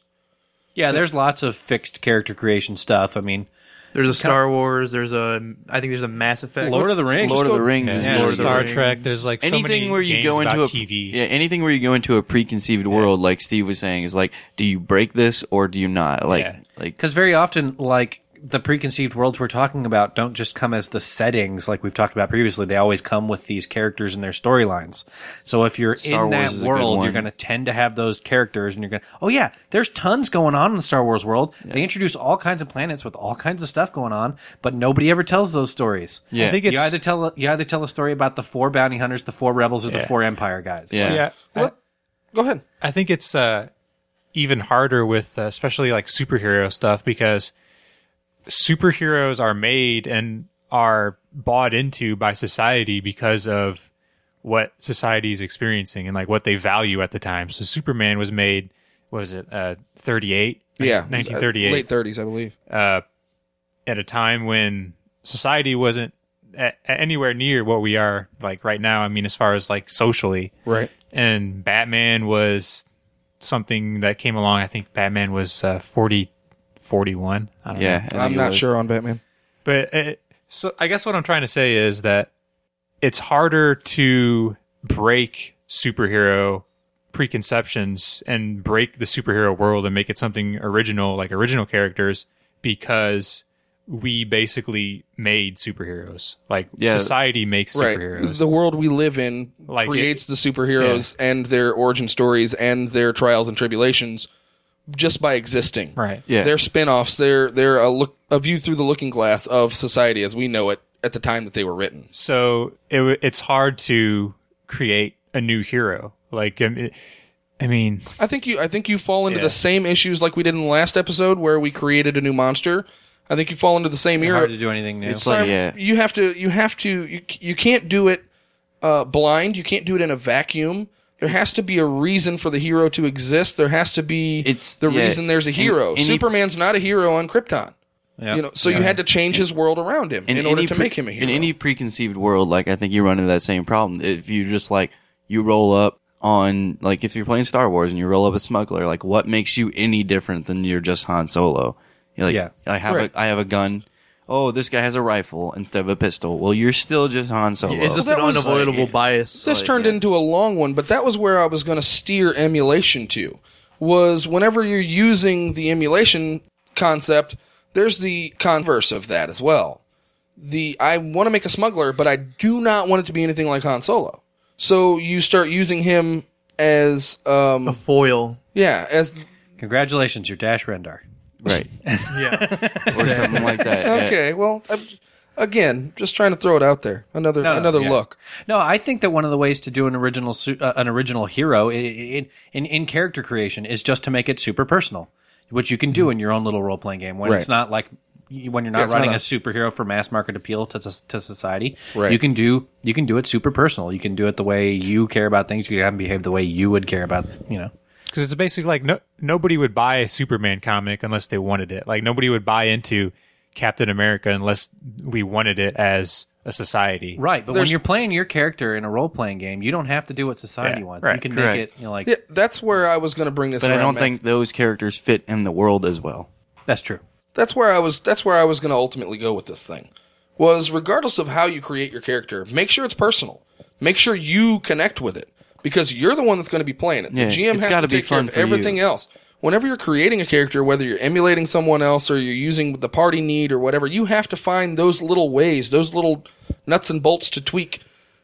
Speaker 5: Yeah, there's lots of fixed character creation stuff. I mean,
Speaker 4: There's a Star Wars. There's a I think there's a Mass Effect.
Speaker 5: Lord of the Rings.
Speaker 3: Lord of the Rings
Speaker 2: yeah.
Speaker 3: is
Speaker 5: Yeah.
Speaker 3: Lord of the
Speaker 2: Star
Speaker 4: Rings.
Speaker 2: Trek there's like (laughs)
Speaker 3: (laughs)
Speaker 2: so
Speaker 3: anything
Speaker 2: many
Speaker 3: where you
Speaker 2: games
Speaker 3: go into a
Speaker 2: about TV
Speaker 3: yeah anything where you go into a preconceived world like Steve was saying is like do you break this or do you not like
Speaker 2: Yeah.
Speaker 3: like
Speaker 5: Because very often, like the preconceived worlds we're talking about, don't just come as the settings like we've talked about previously. They always come with these characters and their storylines. So if you're
Speaker 3: Star
Speaker 5: in
Speaker 3: Wars
Speaker 5: that
Speaker 3: is a good
Speaker 5: world, you're
Speaker 3: one.
Speaker 5: going to tend to have those characters, and you're going, to oh yeah, there's tons going on in the Star Wars world. They introduce all kinds of planets with all kinds of stuff going on, but nobody ever tells those stories.
Speaker 3: yeah
Speaker 2: I think
Speaker 5: You
Speaker 2: it's
Speaker 5: either tell you either tell a story about the four bounty hunters, the four rebels, or the
Speaker 2: Yeah.
Speaker 5: four empire guys.
Speaker 3: Yeah.
Speaker 2: yeah I-
Speaker 1: Go ahead.
Speaker 2: I think it's uh, even harder with uh, especially like superhero stuff because superheroes are made and are bought into by society because of what society is experiencing and like what they value at the time. So Superman was made, what was it, uh, 38?
Speaker 1: Yeah,
Speaker 2: 1938
Speaker 1: Uh, late 30s, I believe.
Speaker 2: uh, at a time when society wasn't a- anywhere near what we are like right now. I mean, as far as like socially,
Speaker 1: Right.
Speaker 2: And Batman was something that came along. I think Batman was uh, 40, 41. I don't
Speaker 3: yeah
Speaker 2: know.
Speaker 3: I think
Speaker 1: I'm
Speaker 3: it
Speaker 1: not
Speaker 3: was.
Speaker 1: sure on Batman.
Speaker 2: But uh, so I guess what I'm trying to say is that it's harder to break superhero preconceptions and break the superhero world and make it something original, like original characters, because we basically made superheroes. Like
Speaker 3: Yeah.
Speaker 2: society makes
Speaker 1: Right.
Speaker 2: superheroes.
Speaker 1: The world we live in
Speaker 2: Like it-
Speaker 1: creates the superheroes and their origin stories and their trials and tribulations. just by existing.
Speaker 2: Right.
Speaker 3: Yeah.
Speaker 1: They're spin-offs. They're they're a look a view through the looking glass of society as we know it at the time that they were written.
Speaker 2: So it, w- it's hard to create a new hero. Like, um, it- I mean,
Speaker 1: I think you I think you fall into
Speaker 2: Yeah.
Speaker 1: the same issues like we did in the last episode where we created a new monster. I think you fall into the same era.
Speaker 5: hard to do anything new.
Speaker 3: It's like yeah,
Speaker 1: You have to you have to you, c- you can't do it uh, blind. You can't do it in a vacuum. There has to be a reason for the hero to exist. There has to be
Speaker 3: It's-
Speaker 1: the
Speaker 3: yeah.
Speaker 1: reason there's a
Speaker 3: And-
Speaker 1: hero.
Speaker 3: and he-
Speaker 1: Superman's not a hero on Krypton.
Speaker 5: Yeah.
Speaker 1: You know, so you had to change his world around him in, order
Speaker 3: any
Speaker 1: to
Speaker 3: pre-
Speaker 1: make him a hero.
Speaker 3: In any preconceived world, like I think you run into that same problem. If you just like you roll up on like if you're playing Star Wars and you roll up a smuggler, like what makes you any different than you're just Han Solo? You're like,
Speaker 5: Yeah.
Speaker 3: I have
Speaker 1: Right.
Speaker 3: a I have a gun. Oh, this guy has a rifle instead of a pistol. Well, you're still just Han Solo.
Speaker 4: It's just
Speaker 1: Well,
Speaker 4: an
Speaker 1: that was,
Speaker 4: unavoidable
Speaker 1: like,
Speaker 4: bias.
Speaker 1: this
Speaker 4: like,
Speaker 1: turned
Speaker 4: yeah.
Speaker 1: into a long one, but that was where I was going to steer emulation to. Was whenever you're using the emulation concept, there's the converse of that as well. The I want to make a smuggler, but I do not want it to be anything like Han Solo. So you start using him as
Speaker 4: a
Speaker 3: Oh.
Speaker 1: um
Speaker 4: foil.
Speaker 1: yeah as
Speaker 5: Congratulations, you're Dash Rendar.
Speaker 1: (laughs)
Speaker 3: right
Speaker 4: Yeah,
Speaker 3: or something like that. yeah.
Speaker 1: okay well I'm, again just trying to throw it out there another
Speaker 5: no,
Speaker 1: another
Speaker 5: yeah.
Speaker 1: look
Speaker 5: No, I think that one of the ways to do an original su- uh, an original hero i- i- in, in in character creation is just to make it super personal, which you can do in your own little role playing game when it's
Speaker 1: Right.
Speaker 5: not like y- when
Speaker 1: Yeah,
Speaker 5: you're Mm-hmm. not
Speaker 1: it's
Speaker 5: running
Speaker 1: not
Speaker 5: a superhero for mass market appeal to, to, to society.
Speaker 1: Right.
Speaker 5: You can do you can do it super personal. You can do it the way you care about things. You can have them behave the way you would care about you know.
Speaker 2: because it's basically like no, nobody would buy a Superman comic unless they wanted it. Like nobody would buy into Captain America unless we wanted it as a society.
Speaker 5: Right, but
Speaker 1: There's-
Speaker 5: when you're playing your character in a role playing game, you don't have to do what society
Speaker 2: Yeah,
Speaker 5: wants.
Speaker 2: right,
Speaker 5: you can
Speaker 3: correct.
Speaker 5: make it you know like
Speaker 1: yeah that's where I was going to bring this
Speaker 3: But I
Speaker 1: around,
Speaker 3: don't
Speaker 1: Matt.
Speaker 3: think those characters fit in the world as well.
Speaker 5: that's true.
Speaker 1: that's where I was that's where I was going to ultimately go with this thing was regardless of how you create your character, make sure it's personal. Make sure you connect with it because you're the one that's going to be playing it.
Speaker 3: Yeah,
Speaker 1: the GM
Speaker 3: it's
Speaker 1: has
Speaker 3: gotta
Speaker 1: to
Speaker 3: be
Speaker 1: take care
Speaker 3: fun
Speaker 1: of
Speaker 3: for you.
Speaker 1: everything else. Whenever you're creating a character, whether you're emulating someone else or you're using the party need or whatever, you have to find those little ways, those little nuts and bolts to tweak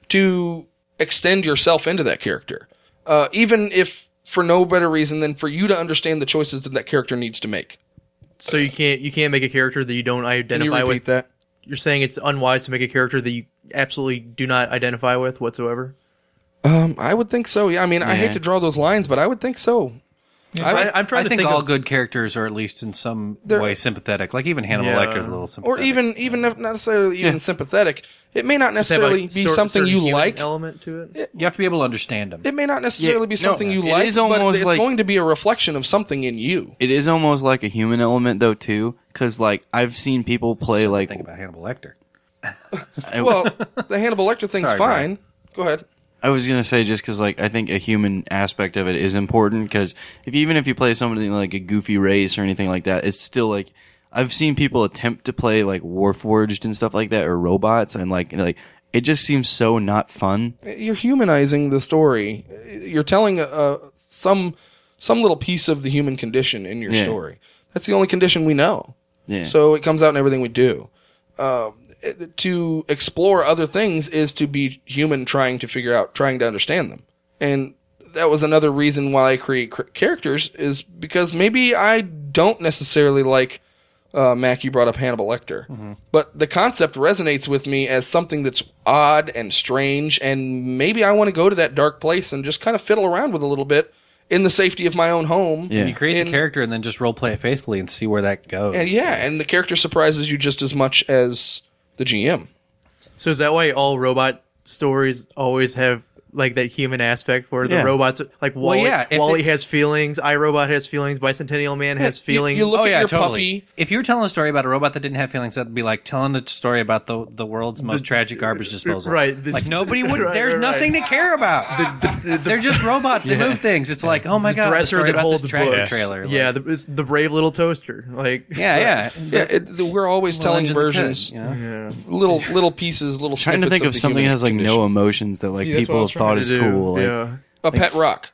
Speaker 1: to extend yourself into that character. Uh, even if for no better reason than for you to understand the choices that that character needs to make.
Speaker 4: so you can't you can't make a character that you don't
Speaker 1: Can you
Speaker 4: identify
Speaker 1: repeat
Speaker 4: with.
Speaker 1: that?
Speaker 4: You're saying it's unwise to make a character that you absolutely do not identify with whatsoever.
Speaker 1: Um, I would think so. Yeah, I mean, I hate
Speaker 3: Yeah.
Speaker 1: to draw those lines, but I would think so. I would,
Speaker 4: I, am trying
Speaker 5: I
Speaker 4: to
Speaker 5: think,
Speaker 4: think
Speaker 5: all
Speaker 4: of,
Speaker 5: good characters are at least in some way sympathetic. Like even Hannibal
Speaker 4: Yeah.
Speaker 5: Lecter's a little
Speaker 1: or
Speaker 5: sympathetic.
Speaker 1: even even if not necessarily even sympathetic. It may not
Speaker 4: They have,
Speaker 1: necessarily
Speaker 4: like,
Speaker 1: be
Speaker 4: cer-
Speaker 1: something
Speaker 4: certain
Speaker 1: you
Speaker 4: human
Speaker 1: like.
Speaker 4: element to it.
Speaker 5: you have to be able to understand them.
Speaker 1: It may not necessarily
Speaker 3: Yeah,
Speaker 1: be
Speaker 3: no,
Speaker 1: something you
Speaker 3: it
Speaker 1: like,
Speaker 3: is
Speaker 1: but
Speaker 3: almost
Speaker 1: it's
Speaker 3: like-
Speaker 1: going to be a reflection of something in you.
Speaker 3: It is almost like a human element though too, because like I've seen people play like
Speaker 5: Think about Hannibal Lecter.
Speaker 3: I-
Speaker 1: Well, the Hannibal Lecter thing's
Speaker 5: Sorry,
Speaker 1: fine.
Speaker 5: Brian.
Speaker 1: Go ahead.
Speaker 3: I was gonna say just because like I think a human aspect of it is important because if even if you play something like a goofy race or anything like that, it's still like I've seen people attempt to play like Warforged and stuff like that or robots and like and, like it just seems so not fun.
Speaker 1: You're humanizing the story. You're telling uh, some some little piece of the human condition in your
Speaker 3: Yeah.
Speaker 1: story. That's the only condition we know.
Speaker 3: Yeah,
Speaker 1: So it comes out in everything we do. Um, it- to explore other things is to be human, trying to figure out, trying to understand them. And that was another reason why I create cr- characters is because maybe I don't necessarily like. Uh, Mac, you brought up Hannibal Lecter,
Speaker 3: Mm-hmm.
Speaker 1: but the concept resonates with me as something that's odd and strange, and maybe I want to go to that dark place and just kind of fiddle around with it a little bit in the safety of my own home.
Speaker 3: Yeah.
Speaker 5: You create
Speaker 1: And-
Speaker 5: the character and then just role play it faithfully and see where that goes.
Speaker 1: And yeah, and the character surprises you just as much as the GM.
Speaker 4: So is that why all robot stories always have like that human aspect where the
Speaker 3: Yeah.
Speaker 4: robots like Wally,
Speaker 5: yeah, if
Speaker 4: Wally
Speaker 5: it-
Speaker 4: has feelings, iRobot has feelings, Bicentennial Man has
Speaker 1: you-
Speaker 4: feelings.
Speaker 1: you look-
Speaker 5: oh
Speaker 1: at
Speaker 5: yeah,
Speaker 1: your
Speaker 5: totally.
Speaker 1: puppy.
Speaker 5: If you were telling a story about a robot that didn't have feelings, that'd be like telling a story about the the world's most tragic garbage disposal.
Speaker 4: right, the-
Speaker 5: like nobody would.
Speaker 4: right,
Speaker 5: there's
Speaker 4: right,
Speaker 5: nothing to care about. They're just robots that move things. It's like, oh my god, the
Speaker 4: dresser
Speaker 5: story
Speaker 4: that
Speaker 5: about
Speaker 4: holds
Speaker 5: this tractor
Speaker 4: books.
Speaker 5: trailer. like-
Speaker 4: yeah, the, it's the brave little toaster. Like
Speaker 5: yeah, yeah.
Speaker 1: Yeah, it, the, we're always telling
Speaker 5: Legend of the Cut,
Speaker 1: versions,
Speaker 5: you know? (laughs)
Speaker 1: little little pieces, little.
Speaker 3: trying to
Speaker 1: snippets
Speaker 3: think of
Speaker 1: the
Speaker 3: something that
Speaker 1: human
Speaker 3: has like
Speaker 1: condition.
Speaker 3: no emotions that like
Speaker 4: See, that's what I
Speaker 3: people
Speaker 4: was
Speaker 3: thought
Speaker 4: trying
Speaker 3: is
Speaker 4: to do.
Speaker 3: cool. Like,
Speaker 4: yeah.
Speaker 1: a pet rock.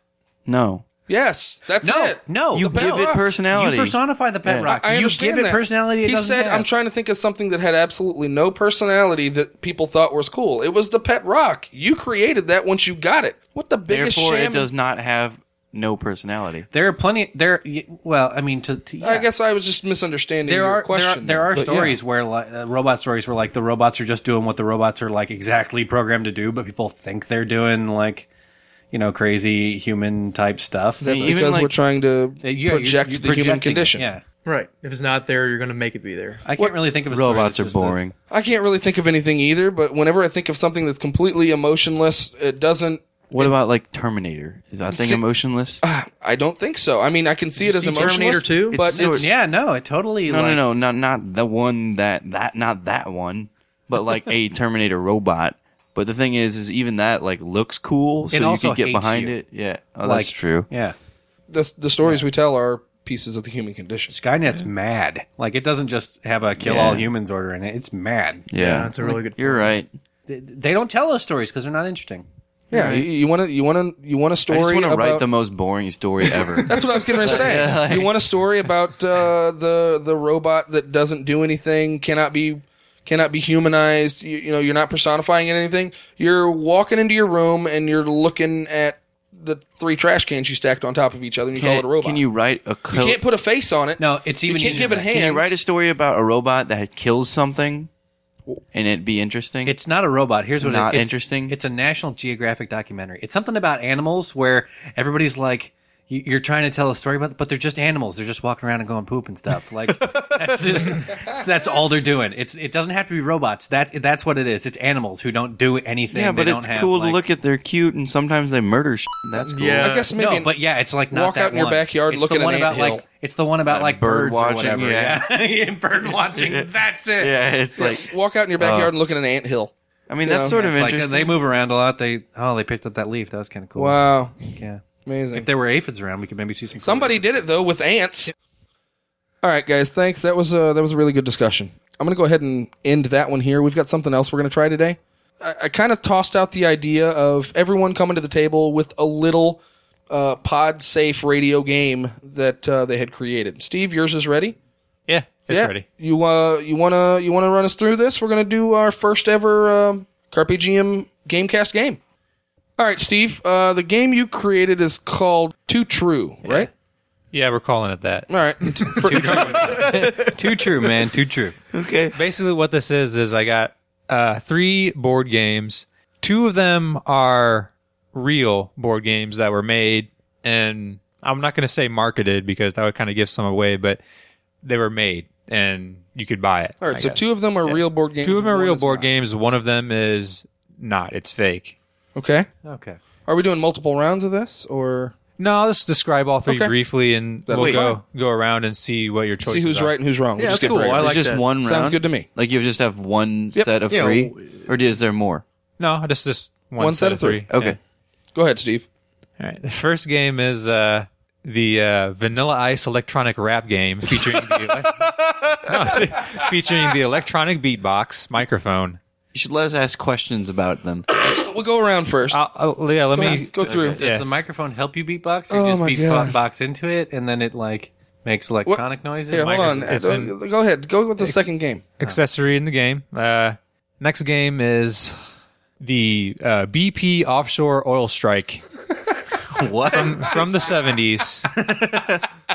Speaker 3: No,
Speaker 1: Yes, that's
Speaker 5: No,
Speaker 1: it.
Speaker 5: no.
Speaker 3: you
Speaker 5: the pet
Speaker 3: give it
Speaker 5: rock.
Speaker 3: personality.
Speaker 5: You personify the pet
Speaker 3: Yeah.
Speaker 5: rock.
Speaker 1: I
Speaker 5: you
Speaker 1: understand
Speaker 5: give it
Speaker 1: that.
Speaker 5: personality. It
Speaker 1: he
Speaker 5: doesn't
Speaker 1: said,
Speaker 5: have.
Speaker 1: "I'm trying to think of something that had absolutely no personality that people thought was cool. It was the pet rock. You created that once you got it. What the biggest
Speaker 3: Therefore,
Speaker 1: sham
Speaker 3: it does not have no personality.
Speaker 5: There are plenty. There, y- well, I mean, to, to yeah.
Speaker 1: I guess I was just misunderstanding
Speaker 5: there
Speaker 1: your
Speaker 5: are, there are
Speaker 1: question.
Speaker 5: there are
Speaker 1: but yeah.
Speaker 5: stories where like uh, robot stories where like the robots are just doing what the robots are like exactly programmed to do, but people think they're doing like you know crazy human type stuff.
Speaker 1: That's
Speaker 3: even
Speaker 1: because
Speaker 3: like-
Speaker 1: we're trying to
Speaker 5: Yeah, you-
Speaker 1: project
Speaker 5: you're
Speaker 1: the human
Speaker 5: projecting it,
Speaker 1: condition.
Speaker 5: Yeah,
Speaker 4: Right. If it's not there, you're going to make it be there.
Speaker 5: I can't really think of a story
Speaker 3: Robots
Speaker 5: that's
Speaker 3: are
Speaker 5: just that-
Speaker 3: boring.
Speaker 1: I can't really think of anything either, but whenever I think of something that's completely emotionless, it doesn't.
Speaker 3: What about like Terminator? Is that thing
Speaker 1: See-
Speaker 3: emotionless?
Speaker 1: I don't think so. I mean, I can see it as
Speaker 4: see
Speaker 1: emotionless.
Speaker 4: Terminator 2?
Speaker 1: but
Speaker 3: It's sort-
Speaker 1: it's-
Speaker 5: yeah, no, it totally.
Speaker 3: No,
Speaker 5: like,
Speaker 3: no, no, not not the one that that not that one, but like a Terminator robot. But the thing is, is even that like looks cool, so
Speaker 5: It
Speaker 3: you
Speaker 5: also
Speaker 3: can get
Speaker 5: hates
Speaker 3: behind
Speaker 5: you.
Speaker 3: it. Yeah, oh,
Speaker 5: Like-
Speaker 3: that's true.
Speaker 5: Yeah,
Speaker 1: the, the stories we tell are pieces of the human condition.
Speaker 5: Skynet's mad. Like it doesn't just have a kill all
Speaker 3: Yeah.
Speaker 5: humans order in it. It's mad.
Speaker 3: Yeah,
Speaker 4: that's a
Speaker 3: (laughs)
Speaker 4: really good
Speaker 3: You're right.
Speaker 5: They, they don't tell those stories because they're not interesting.
Speaker 1: Yeah, you- you want to you want to you want a
Speaker 3: I
Speaker 1: story
Speaker 3: just want to
Speaker 1: about.
Speaker 3: write the most boring story ever.
Speaker 1: (laughs) that's what I was going to
Speaker 3: (laughs)
Speaker 1: say. you want a story about uh, the the robot that doesn't do anything, cannot be cannot be humanized. You, you know, you're not personifying it anything. You're walking into your room and you're looking at the three trash cans you stacked on top of each other, and you
Speaker 3: can,
Speaker 1: call it a robot.
Speaker 3: can you write a?
Speaker 1: You
Speaker 3: co-
Speaker 1: can't put a face on it.
Speaker 5: No, it's
Speaker 1: you
Speaker 5: even
Speaker 1: can't
Speaker 5: easier
Speaker 1: give it
Speaker 5: than
Speaker 1: hands.
Speaker 5: that.
Speaker 3: Can you write a story about a robot that kills something and it be interesting?
Speaker 5: It's not a robot. Here's what
Speaker 3: Not
Speaker 5: it, it's,
Speaker 3: interesting?
Speaker 5: It's a National Geographic documentary. It's something about animals where everybody's like, you- you're trying to tell a story about, but they're just animals. They're just walking around and going poop and stuff.
Speaker 3: (laughs)
Speaker 5: Like that's just that's all they're doing. It's it doesn't have to be robots. That that's what it is. It's animals who don't do anything.
Speaker 3: yeah,
Speaker 5: They
Speaker 3: but
Speaker 5: don't
Speaker 3: it's
Speaker 5: have,
Speaker 3: cool
Speaker 5: like-
Speaker 3: to look at. They're cute, and sometimes they murder. Shit. That's cool.
Speaker 4: Yeah.
Speaker 1: I (laughs) guess maybe.
Speaker 5: uh, no, but yeah, it's like not
Speaker 1: walk
Speaker 5: that
Speaker 1: out in your
Speaker 5: one.
Speaker 1: backyard,
Speaker 5: It's
Speaker 1: look
Speaker 5: the
Speaker 1: at an
Speaker 5: one about
Speaker 1: anthill.
Speaker 5: like it's the one about like
Speaker 3: bird
Speaker 5: birds
Speaker 3: watching,
Speaker 5: or whatever. (laughs)
Speaker 3: yeah.
Speaker 5: yeah. bird
Speaker 3: (laughs)
Speaker 5: watching. That's it.
Speaker 3: Yeah, it's like
Speaker 1: walk out in your backyard and look at an ant hill.
Speaker 3: I mean that's
Speaker 1: Yeah.
Speaker 3: sort of
Speaker 5: It's like
Speaker 3: interesting.
Speaker 5: uh, they move around a lot. They oh they picked up that leaf. That was kind of cool.
Speaker 1: Wow,
Speaker 5: Yeah.
Speaker 1: amazing.
Speaker 5: If there were aphids around, we could maybe see some.
Speaker 1: Somebody did it though with ants. All right, guys. Thanks. That was uh, that was a really good discussion. I'm gonna go ahead and end that one here. We've got something else we're gonna try today. I, I kind of tossed out the idea of everyone coming to the table with a little uh, pod safe radio game that uh, they had created. Steve, yours is ready.
Speaker 2: Yeah, it's ready.
Speaker 1: You uh, you wanna you wanna run us through this? We're gonna do our first ever um, Carpe GM Gamecast game. All right, Steve. Uh, the game you created is called Too True, right?
Speaker 2: Yeah, we're calling it that.
Speaker 1: All right.
Speaker 2: (laughs)
Speaker 1: For- (laughs)
Speaker 5: Too true, man. Too true.
Speaker 3: (laughs) okay.
Speaker 2: basically what this is is I got uh, three board games. Two of them are real board games that were made, and I'm not going to say marketed because that would kind of give some away, but they were made and you could buy it.
Speaker 1: All right, so two of them are real board games.
Speaker 2: two of them are
Speaker 1: and
Speaker 2: real
Speaker 1: one is
Speaker 2: board
Speaker 1: not.
Speaker 2: games. One of them is not; it's fake.
Speaker 1: Okay.
Speaker 5: Okay.
Speaker 1: Are we doing multiple rounds of this, or
Speaker 2: No, I'll just describe all three
Speaker 1: Okay.
Speaker 2: briefly, and
Speaker 1: That'll
Speaker 2: we'll
Speaker 1: be
Speaker 2: go go around and see what your
Speaker 1: see
Speaker 2: choices
Speaker 1: who's
Speaker 2: are.
Speaker 1: right and who's wrong?
Speaker 4: Yeah,
Speaker 1: just
Speaker 4: that's
Speaker 1: get
Speaker 4: cool.
Speaker 1: right
Speaker 4: I
Speaker 1: with
Speaker 4: like
Speaker 3: It's just
Speaker 4: that.
Speaker 3: one
Speaker 1: it.
Speaker 3: round.
Speaker 1: Sounds good to me.
Speaker 3: Like you just have one
Speaker 1: Yep.
Speaker 3: set of
Speaker 4: Yeah,
Speaker 3: three,
Speaker 4: well,
Speaker 3: or is there more?
Speaker 2: No, just this one,
Speaker 1: One
Speaker 2: set of three. Yeah.
Speaker 3: Okay.
Speaker 1: Go ahead, Steve.
Speaker 2: All right. The first game is uh, the uh, Vanilla Ice electronic rap
Speaker 1: (laughs)
Speaker 2: game featuring the, no, see, featuring the electronic beatbox microphone.
Speaker 3: You should let us ask questions about them.
Speaker 1: We'll go around first.
Speaker 2: I'll, I'll, yeah, Uh,
Speaker 1: go,
Speaker 2: let me.
Speaker 1: ahead, Uh-huh. go through.
Speaker 5: Does the microphone help you beatbox, or
Speaker 1: Oh
Speaker 5: just
Speaker 1: my
Speaker 5: beatbox
Speaker 1: God.
Speaker 5: box into it, and then it like makes electronic noises?
Speaker 1: Here, hold on.
Speaker 2: It's in-
Speaker 1: go ahead. Go with the second game.
Speaker 2: accessory in the game. Uh, next game is the uh, BP offshore oil strike
Speaker 3: (coughs) what?
Speaker 2: from
Speaker 1: (laughs)
Speaker 2: the 70s.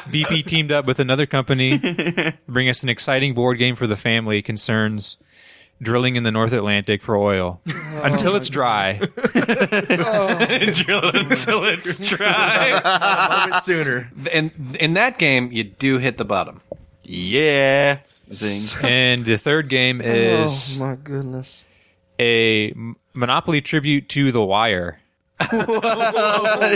Speaker 2: BP teamed up with another company to bring us an exciting board game for the family concerns drilling in the North Atlantic
Speaker 1: (laughs)
Speaker 2: for oil until
Speaker 1: Oh
Speaker 2: it's dry.
Speaker 5: Drill it until it's dry.
Speaker 4: A little bit sooner.
Speaker 5: and in that game, you do hit the bottom.
Speaker 3: yeah. Zing.
Speaker 2: and the third game is
Speaker 1: (laughs) oh my goodness.
Speaker 2: a M- Monopoly tribute to The Wire,
Speaker 3: (laughs) Are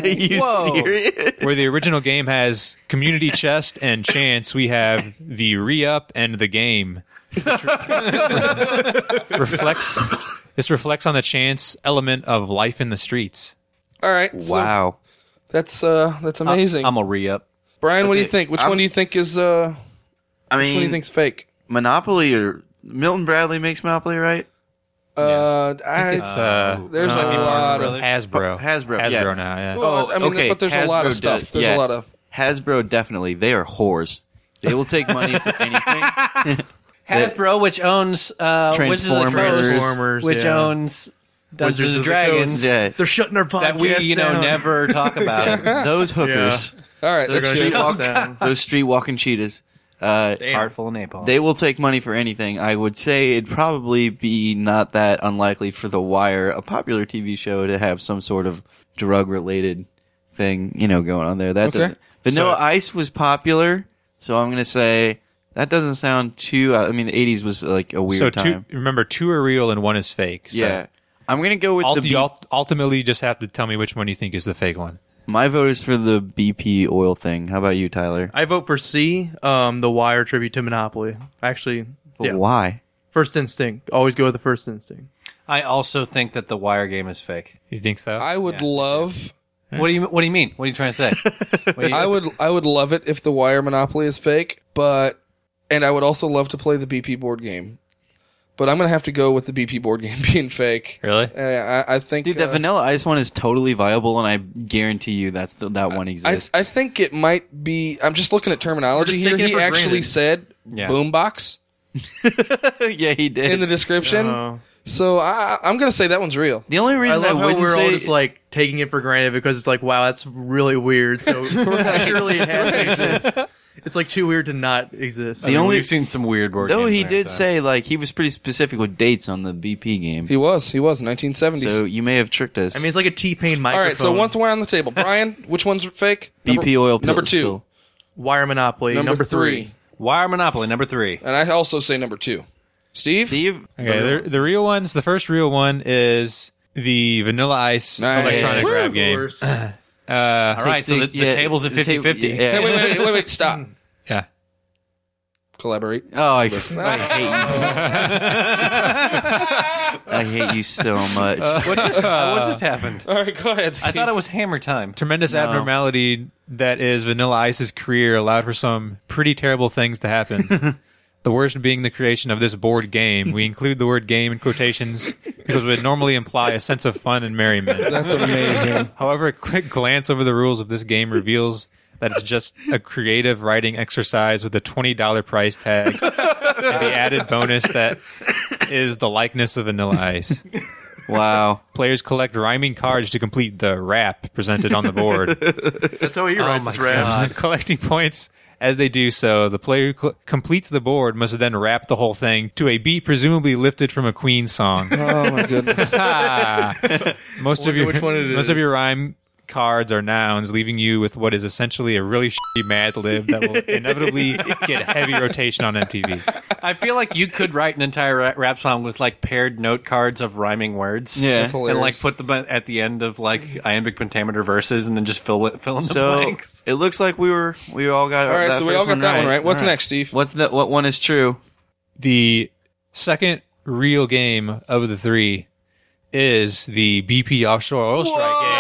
Speaker 3: you serious?
Speaker 2: where the
Speaker 1: (laughs)
Speaker 2: original game has community chest and chance. We have the re up and
Speaker 3: (laughs)
Speaker 2: the game. reflects this reflects on the chance element of life in the streets.
Speaker 1: All right. So
Speaker 3: Wow.
Speaker 1: that's uh, that's amazing.
Speaker 5: I'm a re up.
Speaker 1: Brian, what do you
Speaker 3: okay,
Speaker 1: think? Which
Speaker 3: I'm-
Speaker 1: one do you think is uh,
Speaker 3: I
Speaker 1: which one do you
Speaker 3: mean,
Speaker 1: think's fake?
Speaker 3: Monopoly or Milton Bradley makes Monopoly, right?
Speaker 1: Uh, I,
Speaker 2: It's uh,
Speaker 1: there's a
Speaker 2: uh,
Speaker 1: lot of.
Speaker 2: Hasbro.
Speaker 3: Oh, Hasbro,
Speaker 2: Hasbro
Speaker 3: yeah.
Speaker 2: now, yeah.
Speaker 1: Well, I mean, but there's a lot of
Speaker 3: Hasbro
Speaker 1: stuff.
Speaker 3: does-
Speaker 1: there's
Speaker 3: yeah.
Speaker 1: a lot of.
Speaker 3: Hasbro definitely. They are whores. They will take money (laughs) for anything.
Speaker 5: Hasbro, which owns uh, Wizards of the Coast,
Speaker 3: Transformers.
Speaker 4: Transformers,
Speaker 5: which
Speaker 4: yeah.
Speaker 5: owns Dungeons
Speaker 4: Wizards
Speaker 5: and
Speaker 4: of the
Speaker 5: Dragons
Speaker 4: Coast.
Speaker 3: Yeah. Uh,
Speaker 4: They're shutting our podcast
Speaker 5: that we you know
Speaker 4: down.
Speaker 5: never talk about.
Speaker 1: (laughs)
Speaker 3: Those hookers,
Speaker 1: All right,
Speaker 4: They're
Speaker 1: let's
Speaker 4: going
Speaker 1: do
Speaker 4: to
Speaker 1: it.
Speaker 4: shut us down.
Speaker 3: those street walking cheetahs, uh,
Speaker 5: Heartful and napalm.
Speaker 3: they will take money for anything. I would say it'd probably be not that unlikely for The Wire, a popular TV show, to have some sort of drug related thing, you know, going on there. That
Speaker 1: Okay.
Speaker 3: doesn't. Vanilla
Speaker 4: So-
Speaker 3: Ice was popular, so I'm gonna say that doesn't sound too. I mean, the '80s was like a weird
Speaker 2: so
Speaker 3: time.
Speaker 2: two, remember, two are real and one is fake. So
Speaker 3: yeah, I'm gonna go with
Speaker 2: Ult-
Speaker 3: the. B-
Speaker 2: you ult- ultimately, you just have to tell me which one you think is the fake one.
Speaker 3: my vote is for the BP oil thing. How about you, Tyler?
Speaker 4: I vote for C, um, the Wire tribute to Monopoly. Actually,
Speaker 3: But
Speaker 4: yeah.
Speaker 3: Why?
Speaker 4: First instinct. Always go with the first instinct.
Speaker 5: I also think that the wire game is fake.
Speaker 2: You think so?
Speaker 1: I would love,
Speaker 5: What do you What do you mean? What are you trying
Speaker 3: (laughs)
Speaker 5: to say? What do you-
Speaker 1: I would, I would love it if the Wire Monopoly is fake, but and I would also love to play the BP board game, but I'm gonna have to go with the BP board (laughs) game being fake.
Speaker 2: really?
Speaker 1: Uh, I, I think
Speaker 3: Dude,
Speaker 1: uh,
Speaker 3: that Vanilla Ice one is totally viable, and I guarantee you that's the, that one
Speaker 1: I,
Speaker 3: exists.
Speaker 1: I think it might be. I'm just looking at terminology
Speaker 4: We're just
Speaker 1: here.
Speaker 4: taking it
Speaker 1: He
Speaker 4: for
Speaker 1: actually
Speaker 4: granted.
Speaker 1: said
Speaker 5: Yeah.
Speaker 1: boombox
Speaker 3: (laughs) yeah, he did.
Speaker 1: in the description,
Speaker 4: Uh,
Speaker 1: so I, I- I'm gonna say that one's real.
Speaker 3: The only
Speaker 4: I
Speaker 3: reason I,
Speaker 4: love how
Speaker 3: wouldn't
Speaker 4: we're all
Speaker 3: say
Speaker 4: just like taking it for granted because it's like, wow, that's really weird. So (laughs) surely it has to exist. It's like too weird to not exist.
Speaker 3: The only-
Speaker 5: we've seen some weird board.
Speaker 3: though
Speaker 5: games
Speaker 3: he
Speaker 5: there,
Speaker 3: did
Speaker 5: so.
Speaker 3: say like he was pretty specific with dates on the BP game.
Speaker 1: He was, he was 1970s.
Speaker 3: So you may have tricked us.
Speaker 4: I mean, it's like a T Pain microphone.
Speaker 1: All right, so once we're on the table, (laughs) Brian, which one's fake?
Speaker 3: BP
Speaker 1: Number-
Speaker 3: oil
Speaker 1: Number
Speaker 3: pill-
Speaker 1: two,
Speaker 3: spill.
Speaker 4: Wire Monopoly,
Speaker 1: number,
Speaker 4: number,
Speaker 1: three.
Speaker 4: three.
Speaker 5: wire monopoly number three.
Speaker 1: and I also say number two. Steve,
Speaker 3: Steve.
Speaker 2: Okay, the, the real ones. The first real one is the Vanilla Ice
Speaker 1: Nice.
Speaker 2: electronic
Speaker 1: Woo!
Speaker 2: grab game. Uh,
Speaker 5: All right, so the,
Speaker 3: yeah,
Speaker 5: the table's at
Speaker 3: the table-
Speaker 5: 50-50.
Speaker 1: Hey,
Speaker 3: yeah.
Speaker 1: wait, wait, wait, wait, wait, (laughs) stop.
Speaker 2: yeah,
Speaker 1: Collaborate.
Speaker 3: Oh, I, I hate you.
Speaker 1: (laughs)
Speaker 3: I hate you so much.
Speaker 1: Uh,
Speaker 5: What (laughs) just, what just happened?
Speaker 1: All right, go ahead. Steve.
Speaker 5: I thought it was hammer time.
Speaker 2: tremendous abnormality that is Vanilla Ice's career allowed for some pretty terrible things to happen. the worst being the creation of this board game. We include the word "game" in quotations because it would normally imply a sense of fun and merriment.
Speaker 1: That's amazing.
Speaker 2: (laughs) However, a quick glance over the rules of this game reveals that it's just a creative writing exercise with a $20 price tag and the added bonus that is the likeness of Vanilla Ice.
Speaker 3: Wow.
Speaker 2: Players collect rhyming cards to complete the rap presented on the board.
Speaker 4: That's how Oh,
Speaker 3: Oh
Speaker 4: he writes
Speaker 5: my
Speaker 4: his raps.
Speaker 2: Collecting points as they do so, the player who cl- completes the board must then rap the whole thing to a beat presumably lifted from a Queen song.
Speaker 1: Oh my
Speaker 3: (laughs)
Speaker 1: goodness.
Speaker 2: (laughs) Most of
Speaker 4: Wonder
Speaker 2: your
Speaker 4: which one it
Speaker 2: most of
Speaker 4: is.
Speaker 2: your rhyme cards are nouns, leaving you with what is essentially a really (laughs) shitty Mad Lib that
Speaker 4: (laughs)
Speaker 2: will inevitably get heavy rotation on MTV.
Speaker 5: I feel like you could write an entire ra- rap song with like paired note cards of rhyming words.
Speaker 3: Yeah.
Speaker 1: That's
Speaker 5: And like
Speaker 1: hilarious.
Speaker 5: put them at the end of like iambic pentameter verses, and then just fill it, fill in the
Speaker 3: So
Speaker 5: blanks.
Speaker 3: it looks like we were we all got
Speaker 1: All right,
Speaker 3: that
Speaker 1: so we
Speaker 3: first
Speaker 1: all got that one right. What's
Speaker 3: All
Speaker 1: next, Steve?
Speaker 3: What's that? What one is true?
Speaker 2: The second real game of the three is the BP offshore oil strike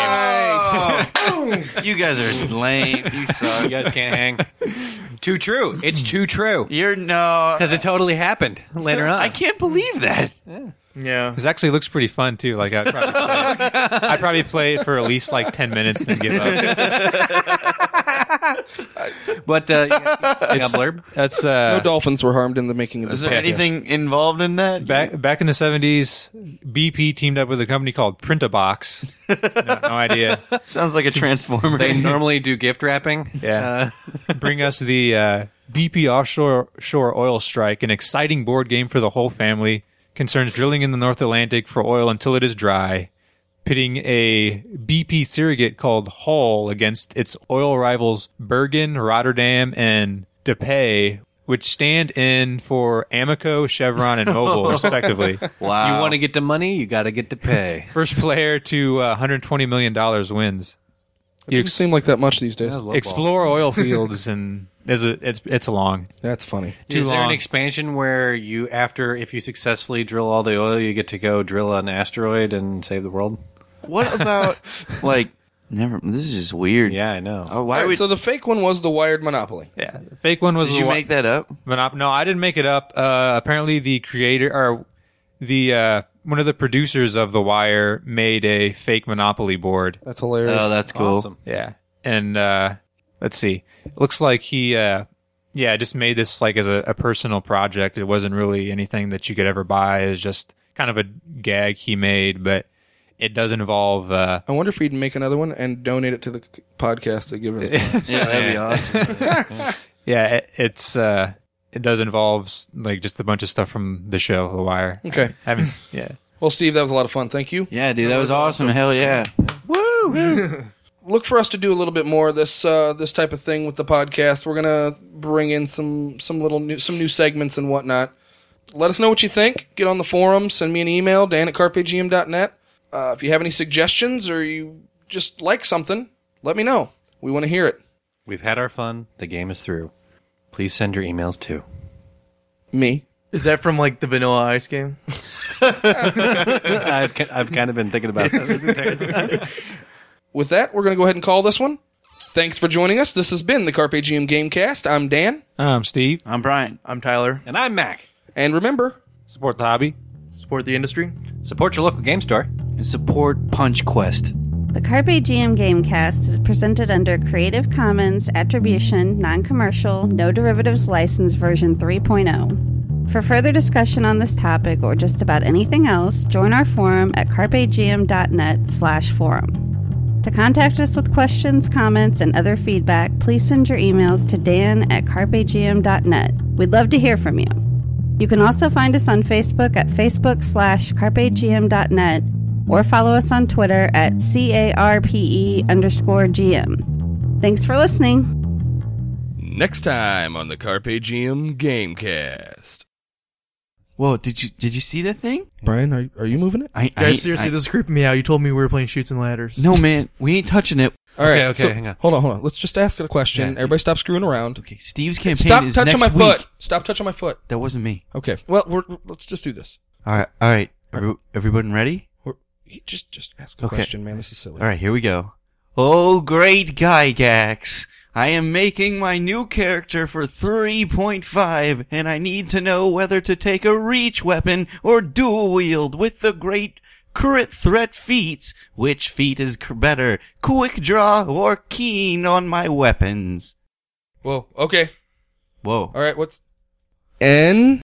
Speaker 3: (laughs) you guys are lame. You
Speaker 1: (laughs)
Speaker 5: You
Speaker 3: suck.
Speaker 5: guys can't
Speaker 3: (laughs)
Speaker 5: hang. too true. It's too true
Speaker 3: You're no.
Speaker 5: because it totally happened later
Speaker 1: uh.
Speaker 5: on.
Speaker 3: I can't believe that.
Speaker 4: Yeah.
Speaker 2: game. This actually looks pretty fun too. Like I'd probably play, I'd probably play it for at least like ten minutes, then give
Speaker 4: (laughs)
Speaker 2: up.
Speaker 5: But
Speaker 3: (laughs)
Speaker 5: uh, you got- you got blurb.
Speaker 2: That's uh,
Speaker 1: no dolphins were harmed in the making of
Speaker 3: Is
Speaker 1: this.
Speaker 3: there
Speaker 2: Yeah.
Speaker 3: anything involved in that?
Speaker 2: Back back in the seventies, BP teamed up with a company called
Speaker 4: (laughs)
Speaker 2: Printabox. No, no idea.
Speaker 3: Sounds like a transformer.
Speaker 5: They normally do gift wrapping.
Speaker 2: Yeah. Bring us the uh, BP offshore shore oil strike, an exciting board game for the whole family. Concerns drilling in the North Atlantic for oil until it is dry, pitting a BP surrogate called Hull against its oil rivals Bergen, Rotterdam, and DePay, which stand in for Amoco, Chevron, and Mobil, respectively.
Speaker 5: Uh,
Speaker 3: (laughs) wow.
Speaker 5: you want to get the money, you got to get to pay.
Speaker 2: First player to uh, $120 million wins. You
Speaker 1: It doesn't
Speaker 2: ex-
Speaker 1: seem like that much these days.
Speaker 2: explore oil fields, and there's a, it's, it's long.
Speaker 1: That's funny.
Speaker 2: Too
Speaker 5: Is there an
Speaker 2: long.
Speaker 5: expansion where you, after if you successfully drill all the oil, you get to go drill an asteroid and save the world?
Speaker 3: (laughs) What about like? Never. This is just weird.
Speaker 5: Yeah, I know.
Speaker 3: Oh, why
Speaker 1: All right,
Speaker 3: would
Speaker 1: so the fake one was the Wired Monopoly.
Speaker 2: Yeah, the fake one was
Speaker 3: did
Speaker 2: the
Speaker 3: you
Speaker 2: wa-
Speaker 3: make that up?
Speaker 2: monop- No, I didn't make it up. Uh, apparently, the creator or the uh, one of the producers of The Wire made a fake Monopoly board.
Speaker 1: That's hilarious.
Speaker 3: Oh, that's cool.
Speaker 5: Awesome.
Speaker 2: Yeah, and uh, let's see. It looks like he, uh, yeah, just made this like as a, a personal project. It wasn't really anything that you could ever buy. It's just kind of a gag he made, but it does involve uh,
Speaker 1: I wonder if we'd make another one and donate it to the c- podcast to give
Speaker 3: (laughs)
Speaker 1: us.
Speaker 3: (laughs) Yeah, that'd be awesome.
Speaker 2: yeah, it, it's uh, it does involve s- like just a bunch of stuff from the show, The Wire.
Speaker 1: okay.
Speaker 2: I haven't s- yeah.
Speaker 1: Well, Steve, that was a lot of fun. Thank you.
Speaker 3: yeah, dude, that was awesome. Hell yeah.
Speaker 1: Look for us to do a little bit more of this uh, this type of thing with the podcast. We're gonna bring in some some little new some new segments and whatnot. Let us know what you think. Get on the forum. Send me an email, Dan at carpegm.net. Uh, if you have any suggestions or you just like something, let me know. We want to hear it.
Speaker 5: We've had our fun. The game is through. Please send your emails too.
Speaker 1: Me.
Speaker 4: Is that from like the Vanilla Ice game?
Speaker 5: I've, ki- I've kind of been thinking about that.
Speaker 1: With that, we're gonna go ahead and call this one. Thanks for joining us. This has been the Carpe Gm Gamecast. I'm Dan,
Speaker 2: Um, Steve,
Speaker 3: I'm Brian.
Speaker 4: I'm Tyler.
Speaker 5: (laughs) and I'm Mac.
Speaker 1: and remember.
Speaker 2: support the hobby.
Speaker 4: Support the industry.
Speaker 5: Support your local game store.
Speaker 3: And support Punch Quest.
Speaker 6: The Carpe GM Gamecast is presented under Creative Commons Attribution, Non Commercial, No Derivatives License version 3.0. For further discussion on this topic or just about anything else, join our forum at carpegm.net slash forum. To contact us with questions, comments, and other feedback, please send your emails to dan at carpegm.net. We'd love to hear from you. You can also find us on Facebook at facebook slash carpegm.net or follow us on Twitter at carpe E underscore gm. Thanks for listening.
Speaker 7: Next time on the Carpe Diem Gamecast.
Speaker 3: Whoa, did you did you see that thing?
Speaker 1: Brian, are, are you moving it?
Speaker 3: I, I-
Speaker 4: Guys, seriously,
Speaker 3: I-
Speaker 4: this is creeping me out. You told me we were playing shoots and ladders.
Speaker 3: No man, we ain't touching it.
Speaker 1: All right.
Speaker 5: okay, okay,
Speaker 1: so-
Speaker 5: hang on.
Speaker 1: Hold on, hold on. Let's just ask it a question.
Speaker 3: Yeah.
Speaker 1: Everybody stop screwing around.
Speaker 3: Okay, Steve's campaign
Speaker 1: Stop
Speaker 3: is
Speaker 1: touching my
Speaker 3: next week.
Speaker 1: foot. Stop touching my foot.
Speaker 3: That wasn't me.
Speaker 1: Okay. Well, we're, we're- let's just do this.
Speaker 3: All right, all right. Every, everybody ready?
Speaker 1: We're, just just ask a
Speaker 3: Okay.
Speaker 1: question, man. This is silly.
Speaker 3: All right, here we go. Oh, great Gygax! I am making my new character for 3.5, and I need to know whether to take a reach weapon or dual wield with the great crit threat feats. Which feat is cr- better, quick draw or keen on my weapons?
Speaker 1: Whoa. Okay.
Speaker 3: Whoa,
Speaker 1: All right. What's N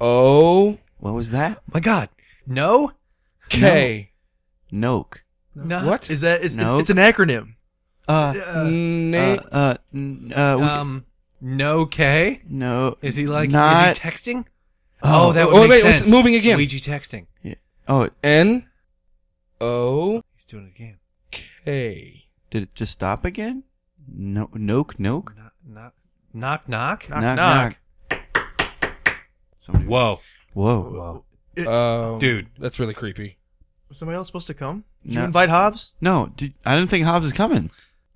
Speaker 1: O
Speaker 3: what was that?
Speaker 5: My God. No?
Speaker 1: K?
Speaker 3: Noke.
Speaker 5: No.
Speaker 1: What?
Speaker 4: Is that? Is,
Speaker 3: No.
Speaker 4: It's an acronym.
Speaker 3: Uh, uh,
Speaker 1: Na-
Speaker 3: uh, n- uh, we-
Speaker 5: Um, no K?
Speaker 3: no.
Speaker 5: Is he like,
Speaker 3: Not-
Speaker 5: is he texting?
Speaker 3: Oh,
Speaker 5: Oh, that would
Speaker 1: oh,
Speaker 5: make
Speaker 1: wait, it's
Speaker 5: sense.
Speaker 1: moving again.
Speaker 5: Luigi texting.
Speaker 3: Oh,
Speaker 1: N O
Speaker 5: He's doing it again.
Speaker 1: K.
Speaker 3: did it just stop again? No, Noke, Noke.
Speaker 5: Knock, knock, knock. knock?
Speaker 4: Knock, knock.
Speaker 3: Somebody-
Speaker 5: Whoa. Whoa.
Speaker 3: Whoa.
Speaker 1: Um,
Speaker 5: Dude.
Speaker 1: that's really creepy.
Speaker 4: Was somebody else supposed to come? Did
Speaker 3: No.
Speaker 4: you invite Hobbs? (laughs)
Speaker 3: No, did, I didn't think Hobbs is coming.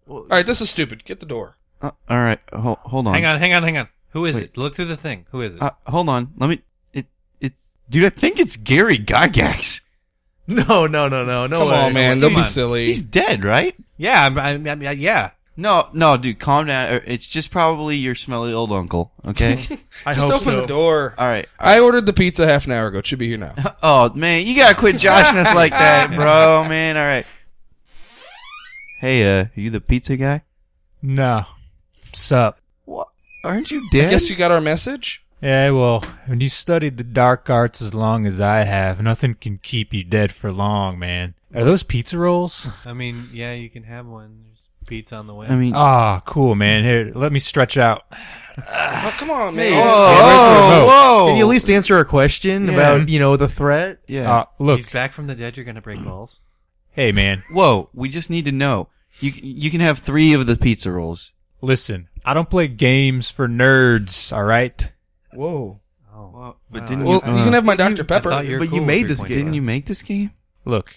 Speaker 4: Well,
Speaker 1: All right. This is stupid. Get the door.
Speaker 3: Uh, all right, ho- hold on.
Speaker 5: Hang on, hang on, hang on. Who is
Speaker 3: Wait.
Speaker 5: it? Look through the thing. Who is it?
Speaker 3: Uh, hold on. Let me. It. It's. Dude, I think it's Gary Gygax.
Speaker 4: No, no, no, no, no
Speaker 1: Come
Speaker 4: way.
Speaker 1: on, man.
Speaker 5: Come
Speaker 1: Don't be
Speaker 5: on.
Speaker 1: silly.
Speaker 3: He's dead, right?
Speaker 5: yeah, I'm, I'm, I'm- yeah.
Speaker 3: No, no, dude, calm down. Er, It's just probably your smelly old uncle. Okay.
Speaker 4: I
Speaker 1: Just
Speaker 4: hope
Speaker 1: open
Speaker 4: so.
Speaker 1: the door.
Speaker 3: all right. all
Speaker 1: I ordered the pizza half an hour ago. It should be here
Speaker 5: (laughs)
Speaker 1: now.
Speaker 3: right. Oh man, you gotta quit joshing us like that, bro. Man, all right. Hey, uh, are you the pizza guy?
Speaker 2: No, sup?
Speaker 3: What? Aren't you dead?
Speaker 1: I guess you got our message.
Speaker 2: Yeah, well, when you studied the dark arts as long as I have, nothing can keep you dead for long, man. Are those pizza rolls?
Speaker 5: I mean, yeah, you can have one. There's pizza on the way.
Speaker 3: I mean,
Speaker 2: Ah, cool, man. Here, let me stretch out.
Speaker 5: Ah,
Speaker 1: Oh, come on, man.
Speaker 3: Whoa,
Speaker 2: where's the
Speaker 3: whoa.
Speaker 4: Can you at least answer a question
Speaker 3: Yeah.
Speaker 4: about you know the threat?
Speaker 3: yeah.
Speaker 2: Ah, look,
Speaker 5: He's back from the dead. You're gonna break balls.
Speaker 2: hey, man.
Speaker 3: Whoa, we just need to know. You you can have three of the pizza rolls.
Speaker 2: Listen, I don't play games for nerds. All right.
Speaker 1: Whoa.
Speaker 5: Oh,
Speaker 3: but
Speaker 5: wow.
Speaker 3: didn't
Speaker 1: Well,
Speaker 3: you, uh,
Speaker 1: you can have my Dr. Pepper.
Speaker 5: thought you were
Speaker 4: but you
Speaker 5: cool
Speaker 4: made
Speaker 5: with
Speaker 4: this
Speaker 5: 3.5.
Speaker 4: game.
Speaker 3: didn't you make this game?
Speaker 2: Look,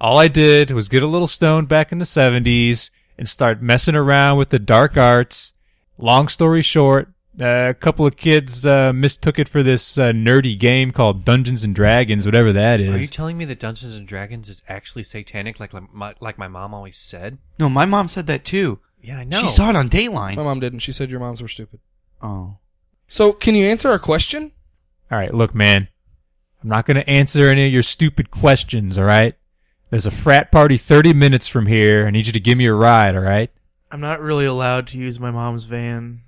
Speaker 2: all I did was get a little stoned back in the 70s and start messing around with the dark arts. Long story short, uh, a couple of kids uh, mistook it for this uh, nerdy game called Dungeons and Dragons, whatever that
Speaker 5: Are you
Speaker 2: is.
Speaker 5: telling me that Dungeons and Dragons is actually satanic, like like my, like my mom always said?
Speaker 3: No, my mom said that too.
Speaker 5: Yeah, I know.
Speaker 3: She saw it on
Speaker 1: My
Speaker 3: Dateline.
Speaker 1: mom didn't. She said your moms were stupid.
Speaker 3: Oh.
Speaker 1: So, can you answer our question?
Speaker 2: all right, look, man, I'm not going to answer any of your stupid questions, all right? There's a frat party 30 minutes from here. I need you to give me a ride, all right?
Speaker 4: I'm not really allowed to use my mom's van.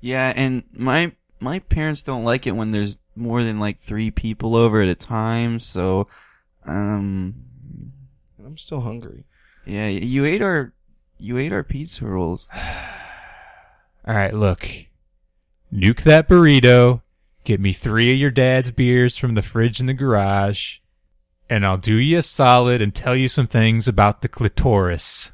Speaker 3: Yeah, and my my parents don't like it when there's more than like three people over at a time, so Um,
Speaker 1: And I'm still hungry.
Speaker 3: yeah, you ate our you ate our pizza rolls.
Speaker 2: All right, look. Nuke that burrito. Get me three of your dad's beers from the fridge in the garage. And I'll do you a solid and tell you some things about the clitoris.